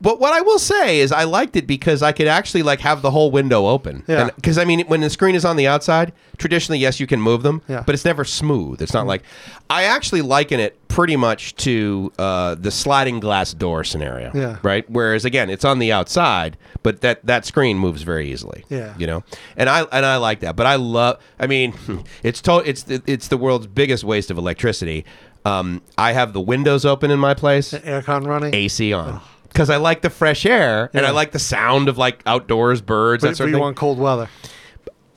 But what I will say is I liked it because I could actually like have the whole window open. Yeah. Because I mean, when the screen is on the outside, traditionally yes, you can move them. Yeah. Mm-hmm. But it's never smooth. It's not like I actually liken it pretty much to uh, the sliding glass door scenario. Yeah. Right. Whereas again, it's on the outside, but that that screen moves very easily. Yeah. You know, and I and I like that. But I love. I mean, it's to, it's the, it's the world's biggest waste of electricity. Um, I have the windows open in my place. Eh, Aircon running. AC on because I like the fresh air and I Yeah. like the sound of like outdoors birds that But, but sort of you thing. want cold weather.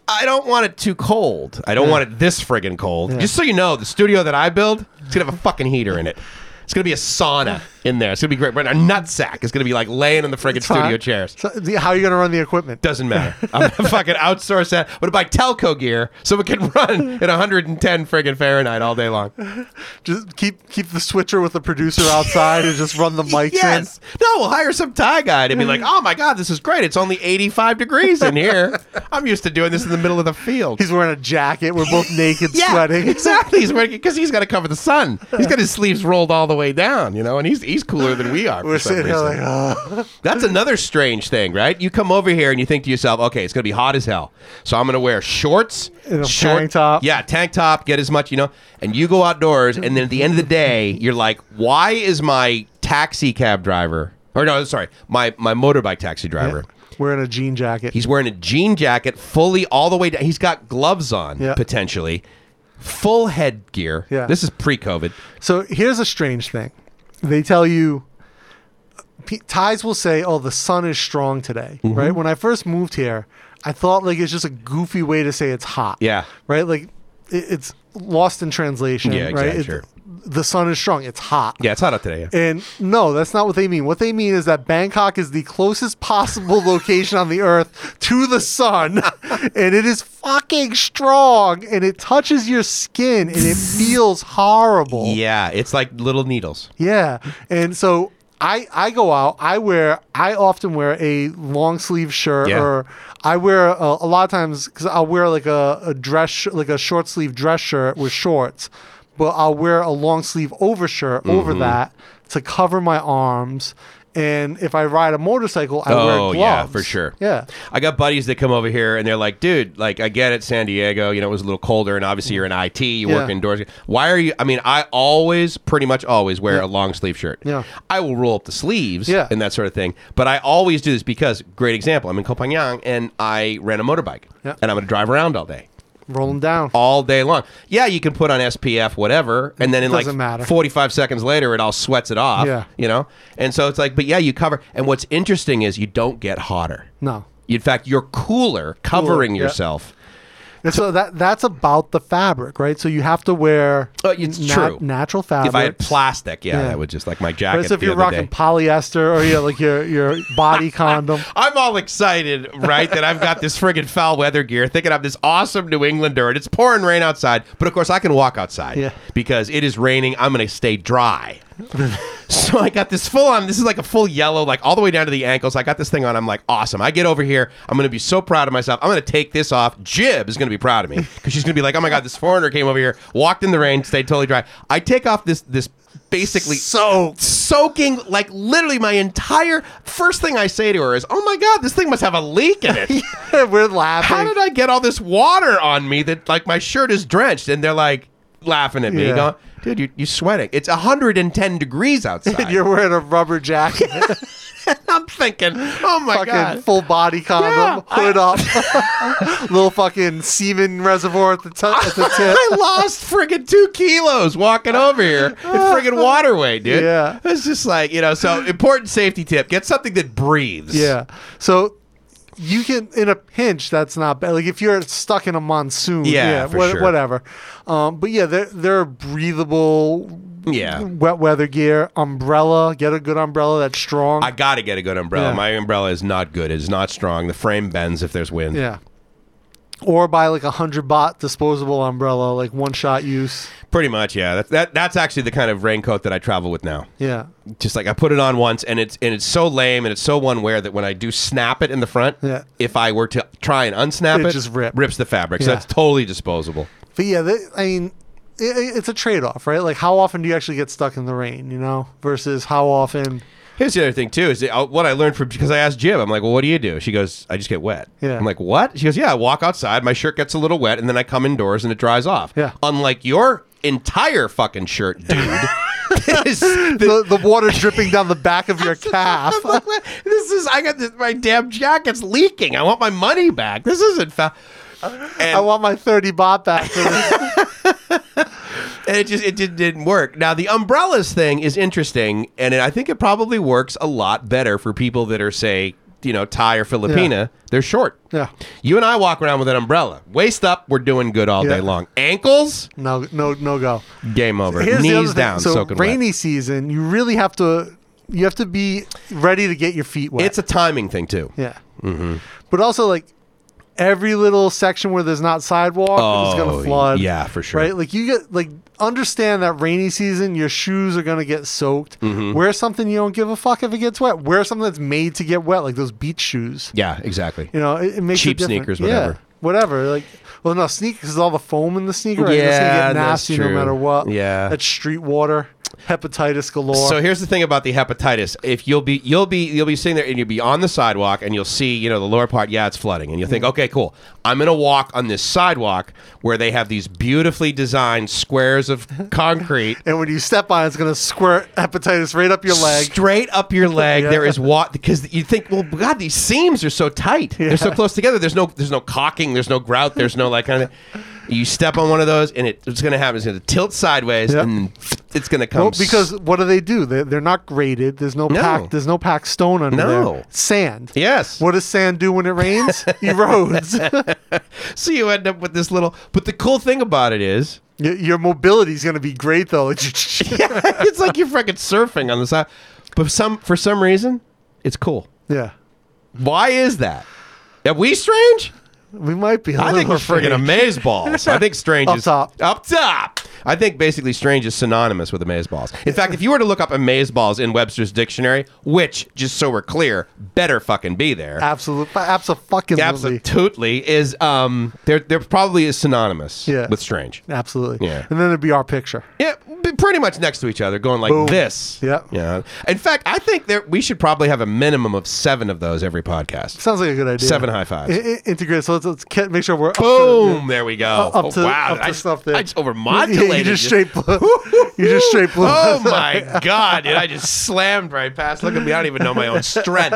I don't want it too cold. I don't want it this friggin' cold. Just so you know, the studio that I build, it's gonna have a fucking heater in it. It's gonna be a sauna in there. It's gonna be great. But a nutsack is gonna be like laying in the friggin' Fine. studio chairs. So the- how are you going to run the equipment? Doesn't matter. I'm gonna fucking outsource that. I'm gonna buy telco gear so it can run at 110 friggin' Fahrenheit all day long. Just keep keep the switcher with the producer outside and just run the mics yes. No, we'll hire some Thai guy to be like, oh my God, this is great. It's only 85 degrees in here. I'm used to doing this in the middle of the field. in. He's wearing a jacket. We're both naked, yeah, sweating. Exactly. He's working because he's got to cover the sun. He's got his sleeves rolled all the way down, you know, and he's he's cooler than we are. For We're some sitting here reason. like, oh. That's another strange thing, right? You come over here and you think to yourself, okay, it's going to be hot as hell. So I'm going to wear shorts, And a tank top. Yeah, tank top, get as much, you know. And you go outdoors, and then at the end of the day, you're like, why is my taxi cab driver, or no, sorry, my, my motorbike taxi driver, We're in a jean jacket. he's wearing a jean jacket fully all the way down. He's got gloves on, Yeah. potentially, full headgear. Yeah. This is pre COVID. So here's a strange thing. They tell you p- ties will say, "Oh, the sun is strong today." Mm-hmm. Right? When I first moved here, I thought like it's just a goofy way to say it's hot. Yeah. Right? Like it, it's lost in translation. Yeah, right? exactly, It- sure. The sun is strong. It's hot. Yeah, it's hot out today. Yeah. And no, that's not what they mean. What they mean is that Bangkok is the closest possible location on the earth to the sun. And it is fucking strong and it touches your skin and it feels horrible. Yeah, it's like little needles. Yeah. And so I I go out, I wear I often wear a long sleeve shirt Yeah. or I wear a, a lot of times cuz I'll wear like a, a dress sh- like a short sleeve dress shirt with shorts, but I'll wear a long sleeve overshirt over Mm-hmm. that to cover my arms. And if I ride a motorcycle, I wear Oh, gloves. yeah, for sure. Yeah. I got buddies that come over here and they're like, dude, like I get it, San Diego, you know, it was a little colder and obviously you're in IT, you work Yeah. indoors. Why are you I mean, I always pretty much always wear a long sleeve shirt. Yeah. I will roll up the sleeves Yeah. and that sort of thing. But I always do this because great example, I'm in Kopanyang and I ran a motorbike Yeah. and I'm gonna drive around all day. Rolling down. All day long. Yeah, you can put on SPF, whatever, and then in like Doesn't matter. 45 seconds later, it all sweats it off. Yeah. You know? And so it's like, but yeah, you cover. And what's interesting is you don't get hotter. No. In fact, you're cooler covering Cooler, yeah. yourself. And so that that's about the fabric, right? So you have to wear Uh, it's true. natural fabric. If I had plastic, yeah, Ah, Yeah. that would just like my Right, jacket. so if the you're other rocking day. polyester or yeah, like your your body condom. I'm all excited, right? that I've got this friggin' foul weather gear, thinking I'm this awesome New Englander, and it's pouring rain outside. But of course, I can walk outside Yeah. because it is raining. I'm going to stay dry. so I got this full on. This is like a full yellow, like all the way down to the ankles. I got this thing on. I'm like, awesome. I get over here. I'm going to be so proud of myself. I'm going to take this off. Jib is going to be proud of me because she's going to be like, oh my god, this foreigner came over here, walked in the rain, stayed totally dry. I take off this this basically So soaking like literally my entire first thing I say to her is, "Oh my god, this thing must have a leak in it. we're How laughing. did I get all this water on me that like my shirt is drenched?" And they're like laughing at me, Yeah. going, "Dude, you, you're sweating. It's 110 degrees outside." You're wearing a rubber jacket, I'm thinking, "Oh my fucking god." full body condom, Yeah, I- hood up, little fucking semen reservoir at the, t- at the tip. I lost friggin' two kilos walking over here in friggin' waterway, dude. Yeah. It's just like, you know, so important safety tip get something that breathes. Yeah. So you can, in a pinch, that's not bad. Like if you're stuck in a monsoon, Yeah, for wha- sure. whatever. Um, but yeah, there there are breathable, Yeah. wet weather gear, umbrella. Get a good umbrella that's strong. I gotta get a good umbrella. Yeah. My umbrella is not good. It's not strong. The frame bends if there's wind. Yeah. Or buy like a hundred bot disposable umbrella, like one shot use. Pretty much, yeah. That, that that's actually the kind of raincoat that I travel with now. Yeah. Just like I put it on once, and it's and it's so lame and it's so one wear that when I do snap it in the front, Yeah. if I were to try and unsnap It it, just rip. rips the fabric. So Yeah. that's totally disposable. But yeah, th- I mean, i i- it's a trade off, right? Like how often do you actually get stuck in the rain, you know, versus how often? Here's the other thing too is that, uh, what I learned from because I asked Jim. I'm like, well, what do you do? She goes, I just get wet. Yeah. I'm like, what? She goes, yeah. I walk outside, my shirt gets a little wet, and then I come indoors and it dries off. Yeah. Unlike your entire fucking shirt, dude. This- The, the water's dripping down the back of your calf. I'm like, what? This is I got this, my damn jacket's leaking. I want my money back. This isn't fa- I want my 30 bot back. For this. and it just it did, didn't work. Now the umbrellas thing is interesting, and I think it probably works a lot better for people that are say you know Thai or Filipina. They're short. Yeah. You and I walk around with an umbrella. Waist up, we're doing good all Yeah. day long. Ankles, No, no, no go. game over. Here's the other Knees thing. down, So soaking wet. rainy season, you really have to, you have to be ready to get your feet wet. It's a timing thing too. Yeah. Mm-hmm. But also, like, every little section where there's not sidewalk is going Oh, to flood. yeah, for sure. Right? Like, you get, like, understand that rainy season, your shoes are going to get soaked. Mm-hmm. Wear something you don't give a fuck if it gets wet. Wear something that's made to get wet, like those beach shoes. Yeah, exactly. You know, it, it makes Cheap it different. sneakers, Yeah, whatever. whatever. Like, well, no, sneakers, 'cause all the foam in the sneaker. Right? it's gonna Yeah, get that's nasty no true. matter what. Yeah. That's street water. hepatitis galore. So here's the thing about the hepatitis. If you'll be you'll be you'll be sitting there and you'll be on the sidewalk and you'll see, you know, the lower part, yeah, it's flooding. And you'll think, okay, cool. I'm gonna walk on this sidewalk where they have these beautifully designed squares of concrete and when you step on it, it's going to squirt hepatitis right up your leg. straight up your leg. Yeah. There is what because you think, well, God, these seams are so tight. They're so close together. There's no there's no caulking. There's no grout. There's no like kind of. You step on one of those and it, it's going to happen. It's going to tilt sideways Yep. and it's going to come Well, because what do they do? They, they're not graded. There's no, No. packed. There's no packed stone under No. there. Sand. Yes. What does sand do when it rains? Erodes. So you end up with this little. But the cool thing about it is, your, your mobility is going to be great though. it's like you're fucking surfing on the side. But some for some reason, it's cool. yeah. Why is that? Are we strange? We might be. I I think we're friggin' amaze balls. I think strange Up is top. Up top. I think basically strange is synonymous with amaze balls. In fact, if you were to look up amaze balls in Webster's dictionary, which, just so we're clear, better fucking be there. Absolute, absolutely. Absolutely. Absolutely is um they're they're probably is synonymous Yeah. with strange. Absolutely. Yeah. And then it'd be our picture. Yeah, b- pretty much next to each other, going like Boom. this. Yeah. Yeah. In fact, I think there we should probably have a minimum of seven of those every podcast. Sounds like a good idea. Seven high fives. I- I- integrate. So let's, let's ke- make sure we're up to- Boom! there we go. up to- oh, wow! up to I, stuff there. I just over Yeah, you modulated. just straight blew. you just straight blew. Oh my god! Dude, I just slammed right past. Look at me! I don't even know my own strength.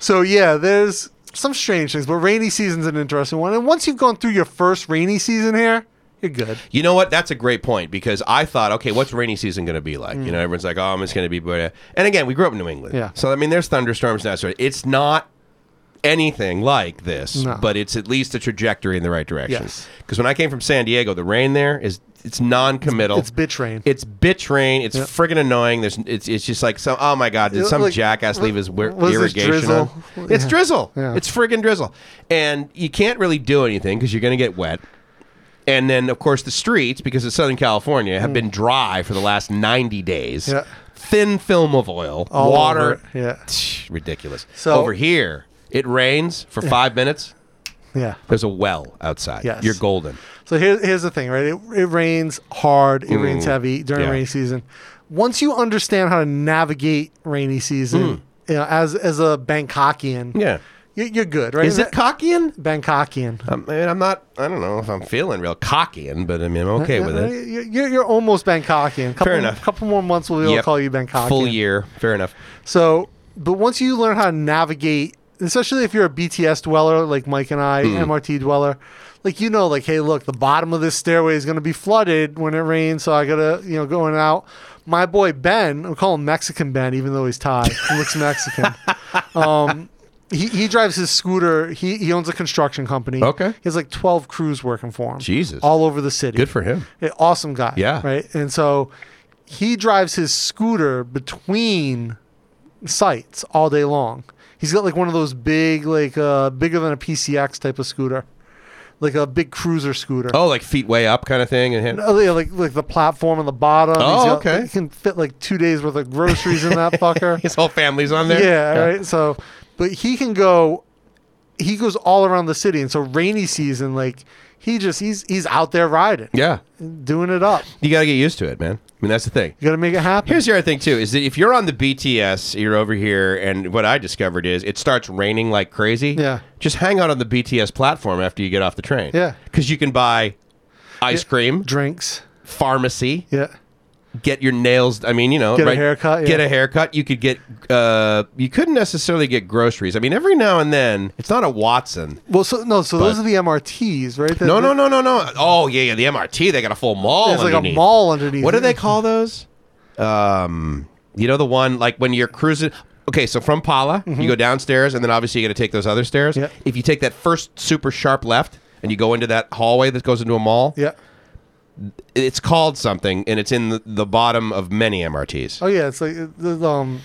So yeah, there's some strange things, but rainy season's an interesting one. And once you've gone through your first rainy season here, you're good. You know what? That's a great point because I thought, okay, what's rainy season going to be like? You know, everyone's like, oh, it's going to be. blah, blah. And again, we grew up in New England, Yeah. So I mean, there's thunderstorms now. So it's not anything like this, No. but it's at least a trajectory in the right direction. Yes. Because when I came from San Diego, the rain there is it's non-committal. It's bitch rain. Oh. It's bitch rain. It's friggin' annoying. There's it's it's just like some oh my god, did Yeah, some like, jackass leave his wi- was this irrigation drizzle? on? It's Yeah. drizzle. Yeah. It's friggin' drizzle, and you can't really do anything because you're gonna get wet. And then of course the streets because it's Southern California have been dry for the last 90 days. Mm. Yeah. Thin film of oil, All water, over. Yeah. Tch, ridiculous. So- over here it rains for five minutes. Yeah. There's a well outside. Yes. You're golden. So here, here's the thing, right? It, it rains hard. It rains heavy during Mm. Yeah. rainy season. Once you understand how to navigate rainy season, you know, as as a Bangkokian, Mm. Yeah. you, you're good, right? Is it cockying? Bangkokian? Um, I mean, I'm not. I don't know if I'm feeling real cocky, and but I mean, I'm okay with Uh, it. you- You're, you're almost Bangkokian. Couple, enough. Couple more months, we'll Yep. call you Bangkokian. Full year, fair enough. So, but once you learn how to navigate, especially if you're a BTS dweller like Mike and I, Hmm. MRT dweller, like you know, like hey, look, the bottom of this stairway is going to be flooded when it rains, so I gotta you know go in and out. My boy Ben, I'm calling him Mexican Ben, even though he's Thai, he looks Mexican. um, he, he drives his scooter. He, he owns a construction company. Okay. he has like 12 crews working for him. Jesus. all over the city. Good for him. Yeah, awesome guy. Yeah. Right. And so he drives his scooter between sites all day long. He's got like one of those big, like uh, bigger than a PCX type of scooter, like a big cruiser scooter. Oh, like feet way up kind of thing, and him. Oh, yeah, like like the platform on the bottom. Oh, He's got- okay. He can fit like two days worth of groceries in that fucker. his whole family's on there. Yeah, right. So, but he can go. He goes all around the city, and so rainy season, like he just he's he's out there riding, Yeah. doing it up. You got to get used to it, man. I mean, that's the thing. You got to make it happen. Here's the other thing too: is that if you're on the BTS, you're over here, and what I discovered is it starts raining like crazy. Yeah. Just hang out on the BTS platform after you get off the train. Yeah. Because you can buy ice cream, drinks. pharmacy, Yeah. get your nails. I mean, you know, Get a right- haircut, Get yeah. a haircut. You could get. Uh, you couldn't necessarily get groceries. I mean, every now and then, it's not a Watson. Well, so no, so those are the MRTs, right? No, no, no, no, no. Oh yeah, yeah. The MRT. They got a full mall. There's like a underneath. mall underneath. What do it. they call those? Um, you know the one like when you're cruising. Okay, so from Pala, you Mm-hmm. go downstairs, and then obviously you got to take those other stairs. Yeah. If you take that first super sharp left, and you go into that hallway that goes into a mall, Yeah. it's called something, and it's in the, the bottom of many MRTs. Oh yeah, it's like uh, the, um.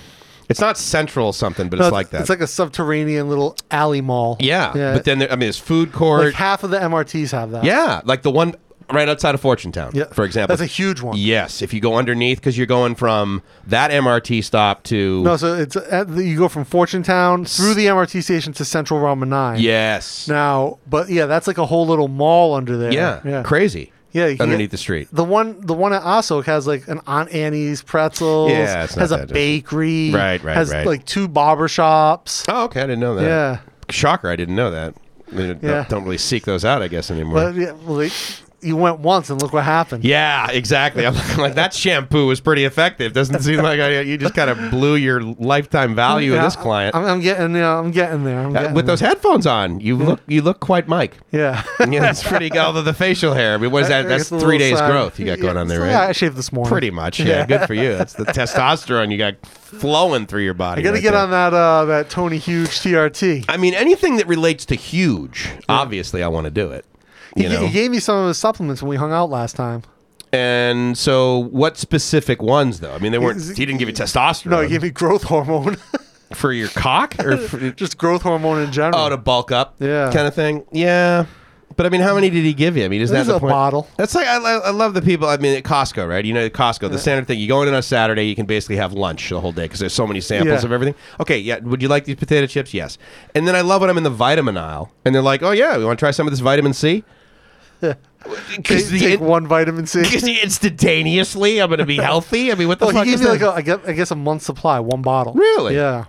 It's not central something, but no, it's like that. It's like a subterranean little alley mall. yeah. Yeah. But then there, I mean, it's food court. like half of the MRTs have that. yeah, like the one right outside of Fortune Town, Yeah. for example. That's a huge one. yes, if you go underneath because you're going from that MRT stop to No, so it's at the, you go from Fortune Town through the MRT station to Central Ramen Nine. yes, Now, but yeah, that's like a whole little mall under there. yeah, Yeah. crazy. Yeah, you can underneath get- the street. The one, the one at Ossoek has like an Aunt Annie's pretzels. Yeah, it's not has a that different. bakery. Right, right, has right. like two barber shops. Oh, okay. I didn't know that. Yeah. Shocker. I didn't know that. They don't, Yeah. don't really seek those out, I guess, anymore. But yeah, well, they- you went once and look what happened. yeah, exactly. I'm like, I'm like, that shampoo was pretty effective. Doesn't seem like I, you just kind of blew your lifetime value Yeah, of this client. I'm, I'm getting, you know, I'm getting there. I'm Uh, getting Mm-hmm. with there. those headphones on, you look you look quite Mike. yeah. Yeah, that's pretty good. Although the facial hair, I mean, what is that? That's It's a little three days sad. growth you got going Yeah, on there, it's like, I right? shaved this morning. Pretty much, yeah. Good for you. That's the testosterone you got flowing through your body. I gotta right get there. on that uh, that Tony Huge TRT. I mean, anything that relates to huge, obviously, I want to do it. You he, know, he gave me some of his supplements when we hung out last time. and so what specific ones though? I mean, they weren't. Is it- He didn't give you testosterone. No, he gave me growth hormone, for your cock or for, just growth hormone in general. oh to bulk up, Yeah. kind of thing. Yeah, but I mean, how many did he give you? I mean, isn't This that is the a point? bottle. That's like I, lo- I love the people. I mean, at Costco, right? You know, at Costco, the standard thing. You go in on a Saturday, you can basically have lunch the whole day because there's so many samples Yeah. of everything. Okay, yeah. Would you like these potato chips? Yes. And then I love when I'm in the vitamin aisle, and they're like, "Oh yeah, we want to try some of this vitamin C." Because Ta- take one vitamin C. instantaneously, I'm going to be healthy. I mean, what the Well, fuck Oh, he is gave me like that? a, I guess, I guess a month's supply, one bottle. Really? Yeah.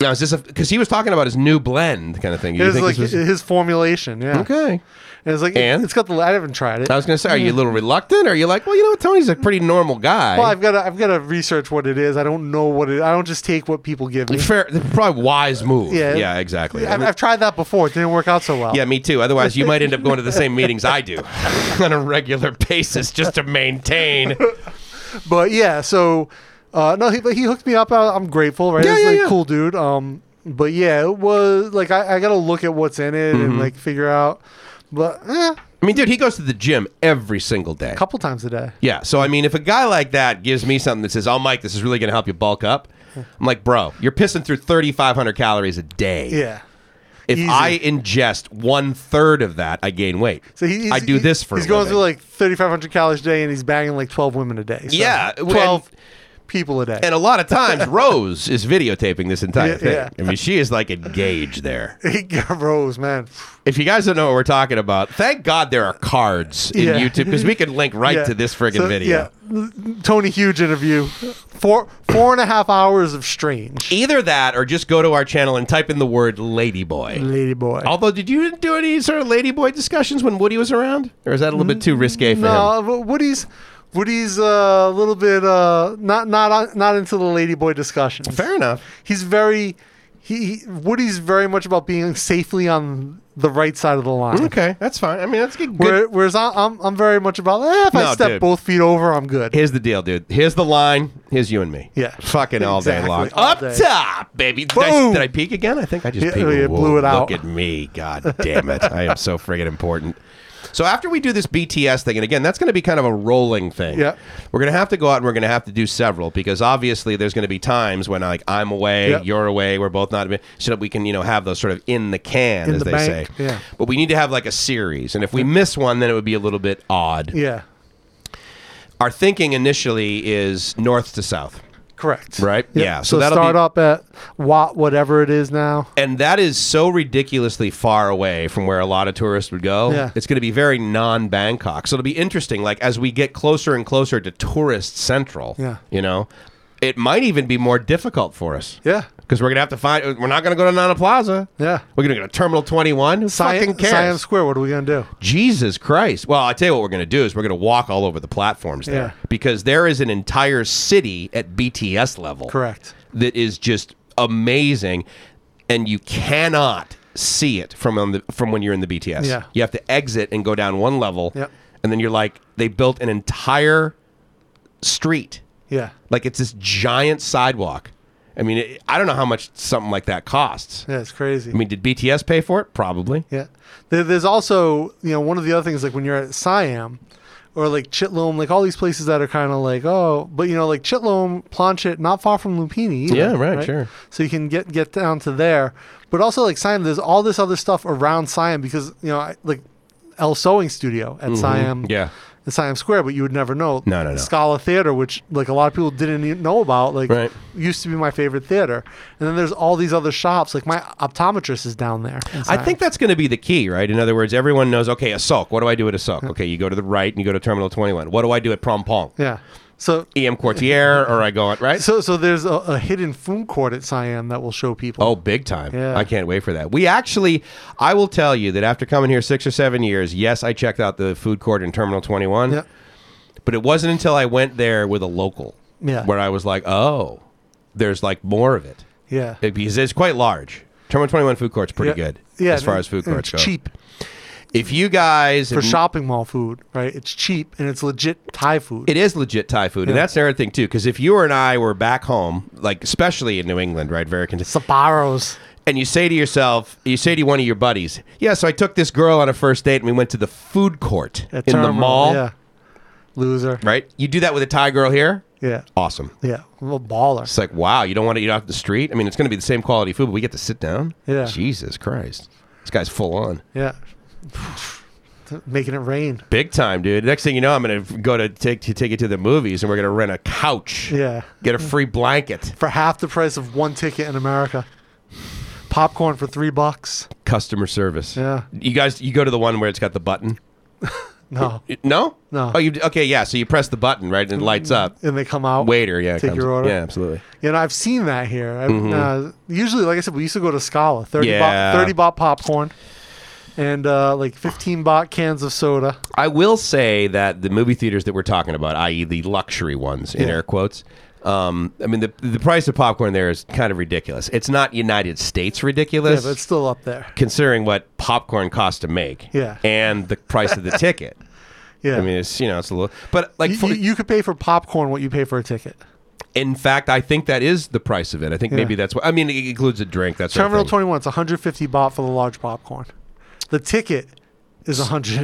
now, is this because he was talking about his new blend kind of thing? It You was think like this was- his formulation. Yeah. okay? And it's like, And? it's got the, I haven't tried it. I was going to say, are you a little reluctant? Or are you like, well, you know what? Tony's a pretty normal guy. well, I've got to, I've got to research what it is. I don't know what it. I don't just take what people give me. Fair, probably wise move. Yeah. yeah exactly. I've, I've tried that before. It didn't work out so well. Yeah, me too. Otherwise, you might end up going to the same meetings I do on a regular basis just to maintain. But yeah, so uh, no, he, but he hooked me up. I, I'm grateful, right? Yeah, He's yeah, like yeah. cool dude. Um, but yeah, it was like I, I got to look at what's in it Mm-hmm. and like figure out. But eh, I mean, dude, he goes to the gym every single day. a couple times a day. Yeah, so I mean, if a guy like that gives me something that says, "Oh, Mike, this is really going to help you bulk up," I'm like, "Bro, you're pissing through 3,500 calories a day. Yeah. if easy. I ingest one third of that, I gain weight. So he, he's, I do he- this for. He's a going living. through like 3,500 calories a day, and he's banging like 12 women a day. So Yeah, and- 12 people a day. And a lot of times, Rose is videotaping this entire Yeah, thing. yeah. I mean, she is like engaged there. He rose, man. If you guys don't know what we're talking about, thank God there are cards in Yeah. YouTube because we can link right Yeah. to this friggin' So, video. Yeah. Tony Huge interview. Four four and a half hours of strange. Either that or just go to our channel and type in the word ladyboy. Lady boy. Although, did you do any sort of ladyboy discussions when Woody was around? Or is that a little bit too risque for him? no, but Woody's Woody's uh, a little bit uh, not not on, not into the ladyboy discussion. Fair enough. He's very he, he- Woody's very much about being safely on the right side of the line. Okay, that's fine. I mean, that's good. good- Where, whereas I, I'm I'm very much about eh, if No, I step dude. both feet over, I'm good. Here's the deal, dude. Here's the line. Here's you and me. Yeah. Fucking all day Exactly, long. all Up day. top, baby. Did I, Boom. did I peek again? I think I just Yeah, peeked. you Whoa, blew it out. Look at me. God damn it. I am so friggin' important. So after we do this BTS thing, and again, that's going to be kind of a rolling thing. Yeah. We're going to have to go out and we're going to have to do several because obviously there's going to be times when like I'm away, Yeah. you're away, we're both not so that we can, you know, have those sort of in the can, In as the they bank, say. yeah. But we need to have like a series. And if we miss one, then it would be a little bit odd. Yeah, Our thinking initially is north to south. correct. Right? Yep. Yeah, so So, that'll start be- up at Watt, whatever it is now. and that is so ridiculously far away from where a lot of tourists would go. Yeah. It's going to be very non-Bangkok. So it'll be interesting like as we get closer and closer to tourist central, Yeah. you know, it might even be more difficult for us. Yeah. Cuz we're going to have to find we're not going to go to Nana Plaza. Yeah. We're going to go to Terminal 21. Who Siam- fucking cares? Siam Square. What are we gonna do? Jesus Christ. Well, I tell you what we're going to do is we're going to walk all over the platforms there Yeah. because there is an entire city at BTS level. Correct. That is just amazing and you cannot see it from on the, from when you're in the BTS. Yeah. You have to exit and go down one level Yep. and then you're like they built an entire street. Yeah. Like it's this giant sidewalk. I mean, it, I don't know how much something like that costs. Yeah, it's crazy. I mean, did BTS pay for it? Probably. Yeah. There, there's also, you know, one of the other things, like when you're at Siam or like Chitlom, like all these places that are kind of like, oh, but you know, like Chitlom, Planchet, not far from Lupini. either, Yeah, right, sure. So you can get, get down to there. But also, like Siam, there's all this other stuff around Siam because, you know, I, like El Sewing Studio at Siam. Mm-hmm. Yeah. the Times Square, but you would never know. No, no, no. Scala Theater, which like a lot of people didn't even know about, like Right. used to be my favorite theater. And then there's all these other shops. Like my optometrist is down there. I inside. think that's going to be the key, right? In other words, everyone knows, okay, a sulk. What do I do at a sulk? Okay, you go to the right and you go to Terminal 21. What do I do at Prom Pong? Yeah. So EM Quartier, or I go on, right? so so there's a, a hidden food court at Siam that will show people. Oh, big time. Yeah. I can't wait for that. We actually, I will tell you that after coming here six or seven years, yes, I checked out the food court in Terminal 21, Yeah. but it wasn't until I went there with a local Yeah. where I was like, oh, there's like more of it. Yeah. It- because it's quite large. Terminal 21 food court's pretty Yeah. good Yeah, as far and- as food and courts go. it's cheap If you guys for have- shopping mall food, right? It's cheap and it's legit Thai food. It is legit Thai food, and Yeah. that's another thing too. Because if you and I were back home, like especially in New England, right, very consistent, Sabaros. and you say to yourself, you say to one of your buddies, "Yeah, so I took this girl on a first date, and we went to the food court at in the Terminal, mall." Yeah. Loser. Right? You do that with a Thai girl here? Yeah. Awesome. Yeah. I'm a baller. It's like, wow, you don't want to eat off the street. I mean, it's going to be the same quality food, but we get to sit down. Yeah. Jesus Christ, this guy's full on. Yeah. Making it rain. Big time, dude. Next thing you know, I'm going to go to take to take it to the movies, and we're going to rent a couch. Yeah. Get a free blanket. For half the price of one ticket in America. Popcorn for three bucks. customer service. Yeah. You guys, you go to the one where it's got the button. No. It- No. No. Mm. Oh, you okay? Yeah. So you press the button, right, and it lights up. And they come out. Waiter, yeah. Take comes- your order. Yeah, absolutely. You know, I've seen that here. I, uh, usually, like I said, we used to go to Scala. 30, Mm-hmm. Yeah. bot, 30 bot popcorn and uh, like 15 bot cans of soda. I will say that the movie theaters that we're talking about, i.e., the luxury ones in Yeah. air quotes. Um, I mean, the the price of popcorn there is kind of ridiculous. It's not United States Yeah, ridiculous, but it's still up there. considering what popcorn costs to make. Yeah. And the price of the ticket. Yeah. I mean, it's you know, it's a little, but like you, for- you- you could pay for popcorn what you pay for a ticket. In fact, I think that is the price of it. I think Yeah. maybe that's what I mean. It includes a drink. That's Terminal 21, it's 150 baht for the large popcorn. The ticket is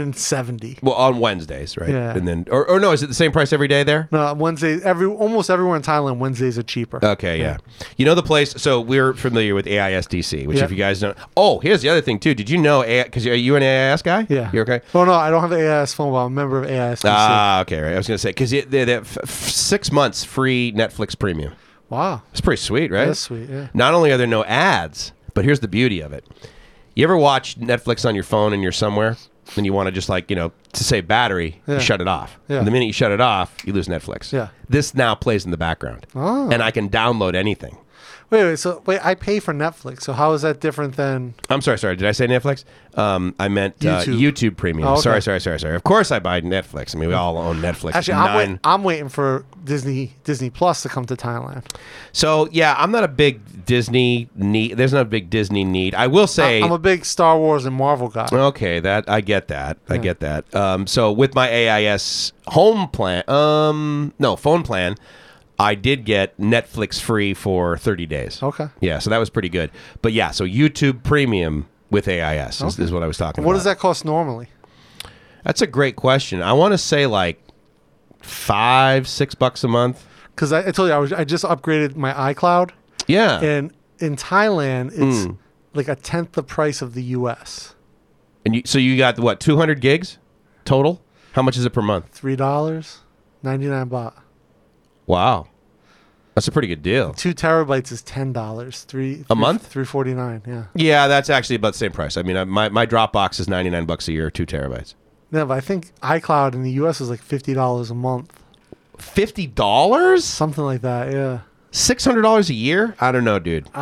170. Well, on Wednesdays, right? Yeah. And then, or, or no, is it the same price every day there? No, Wednesday, every, almost everywhere in Thailand, Wednesdays are cheaper. Okay, yeah. You know the place. So we're familiar with AISDC, which Yeah. if you guys don't. Oh, here's the other thing too. Did you know? Because are you an AIS guy? yeah. You okay? Oh, no, I don't have the AIS phone, but I'm a member of AIS. Ah, okay, right. I was gonna say because they have f- f- six months free Netflix Premium. wow. It's pretty sweet, right? That's sweet, yeah. Not only are there no ads, but here's the beauty of it. You ever watch Netflix on your phone and you're somewhere and you want to just like, you know, to save battery, Yeah. you shut it off. Yeah. The minute you shut it off, you lose Netflix. Yeah. This now plays in the background. Oh. And I can download anything. Wait, wait, so wait, I pay for Netflix, so how is that different than. I'm sorry, sorry. Did I say Netflix? Um, I meant Uh, YouTube. YouTube Premium. Oh, okay. Sorry, sorry, sorry, sorry. Of course I buy Netflix. I mean, we all own Netflix. Actually, Nine- I'm, wait, I'm waiting for Disney Disney Plus to come to Thailand. So, yeah, I'm not a big Disney need. There's not a big Disney need. I will say. I'm a big Star Wars and Marvel guy. Okay, that I get that. I get that. Um, so with my AIS home plan, um, no phone plan, I did get Netflix free for thirty days. Okay. Yeah, so that was pretty good. But yeah, so YouTube Premium with AIS is, is what I was talking What about. does that cost normally? That's a great question. I want to say like five, six bucks a month. Because I, I told you I, was, I just upgraded my iCloud, Yeah, and in Thailand it's Hmm. like a tenth the price of the U.S. and you, so you got what two hundred gigs total? How much is it per month? Three dollars, ninety nine baht. Wow, that's a pretty good deal. Two terabytes is ten dollars. Three A month? Three forty nine. Yeah. Yeah, that's actually about the same price. I mean, I, my, my Dropbox is 99 bucks a year, two terabytes. No, but I think iCloud in the U.S. is like fifty dollars a month, $50? something like that. Yeah. $600 a year? I don't know, dude. Uh,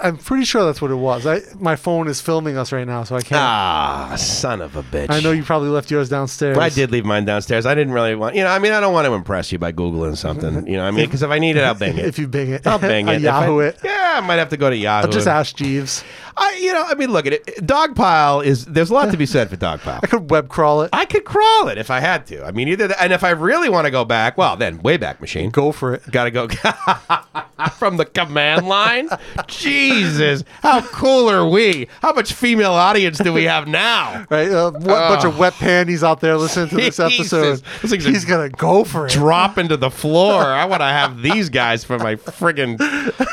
I, I'm pretty sure that's what it was. I, my phone is filming us right now, so I can't. Ah, son of a bitch. I know you probably left yours downstairs. I did leave mine downstairs. I didn't really want, you know, I mean, I don't want to impress you by Googling something, you know, I mean, because if I need it, I'll bang it. If you bing it, I'll bang it. If I- Yahoo it. Yeah, I might have to go to Yahoo. I'll just ask Jeeves. I, you know, I mean, look at it. Dogpile is, there's a lot to be said for Dogpile. I could web crawl it. I could crawl it if I had to. I mean, either that, and if I really want to go back, well, then Wayback Machine. Go for it. Gotta go from the command line. Jesus, how cool are we? How much female audience do we have now? Right, uh, what bunch of wet panties out there listening to this episode? Ah. Jesus. Those things are- He's gonna go for it. Drop into the floor. I want to have these guys for my friggin'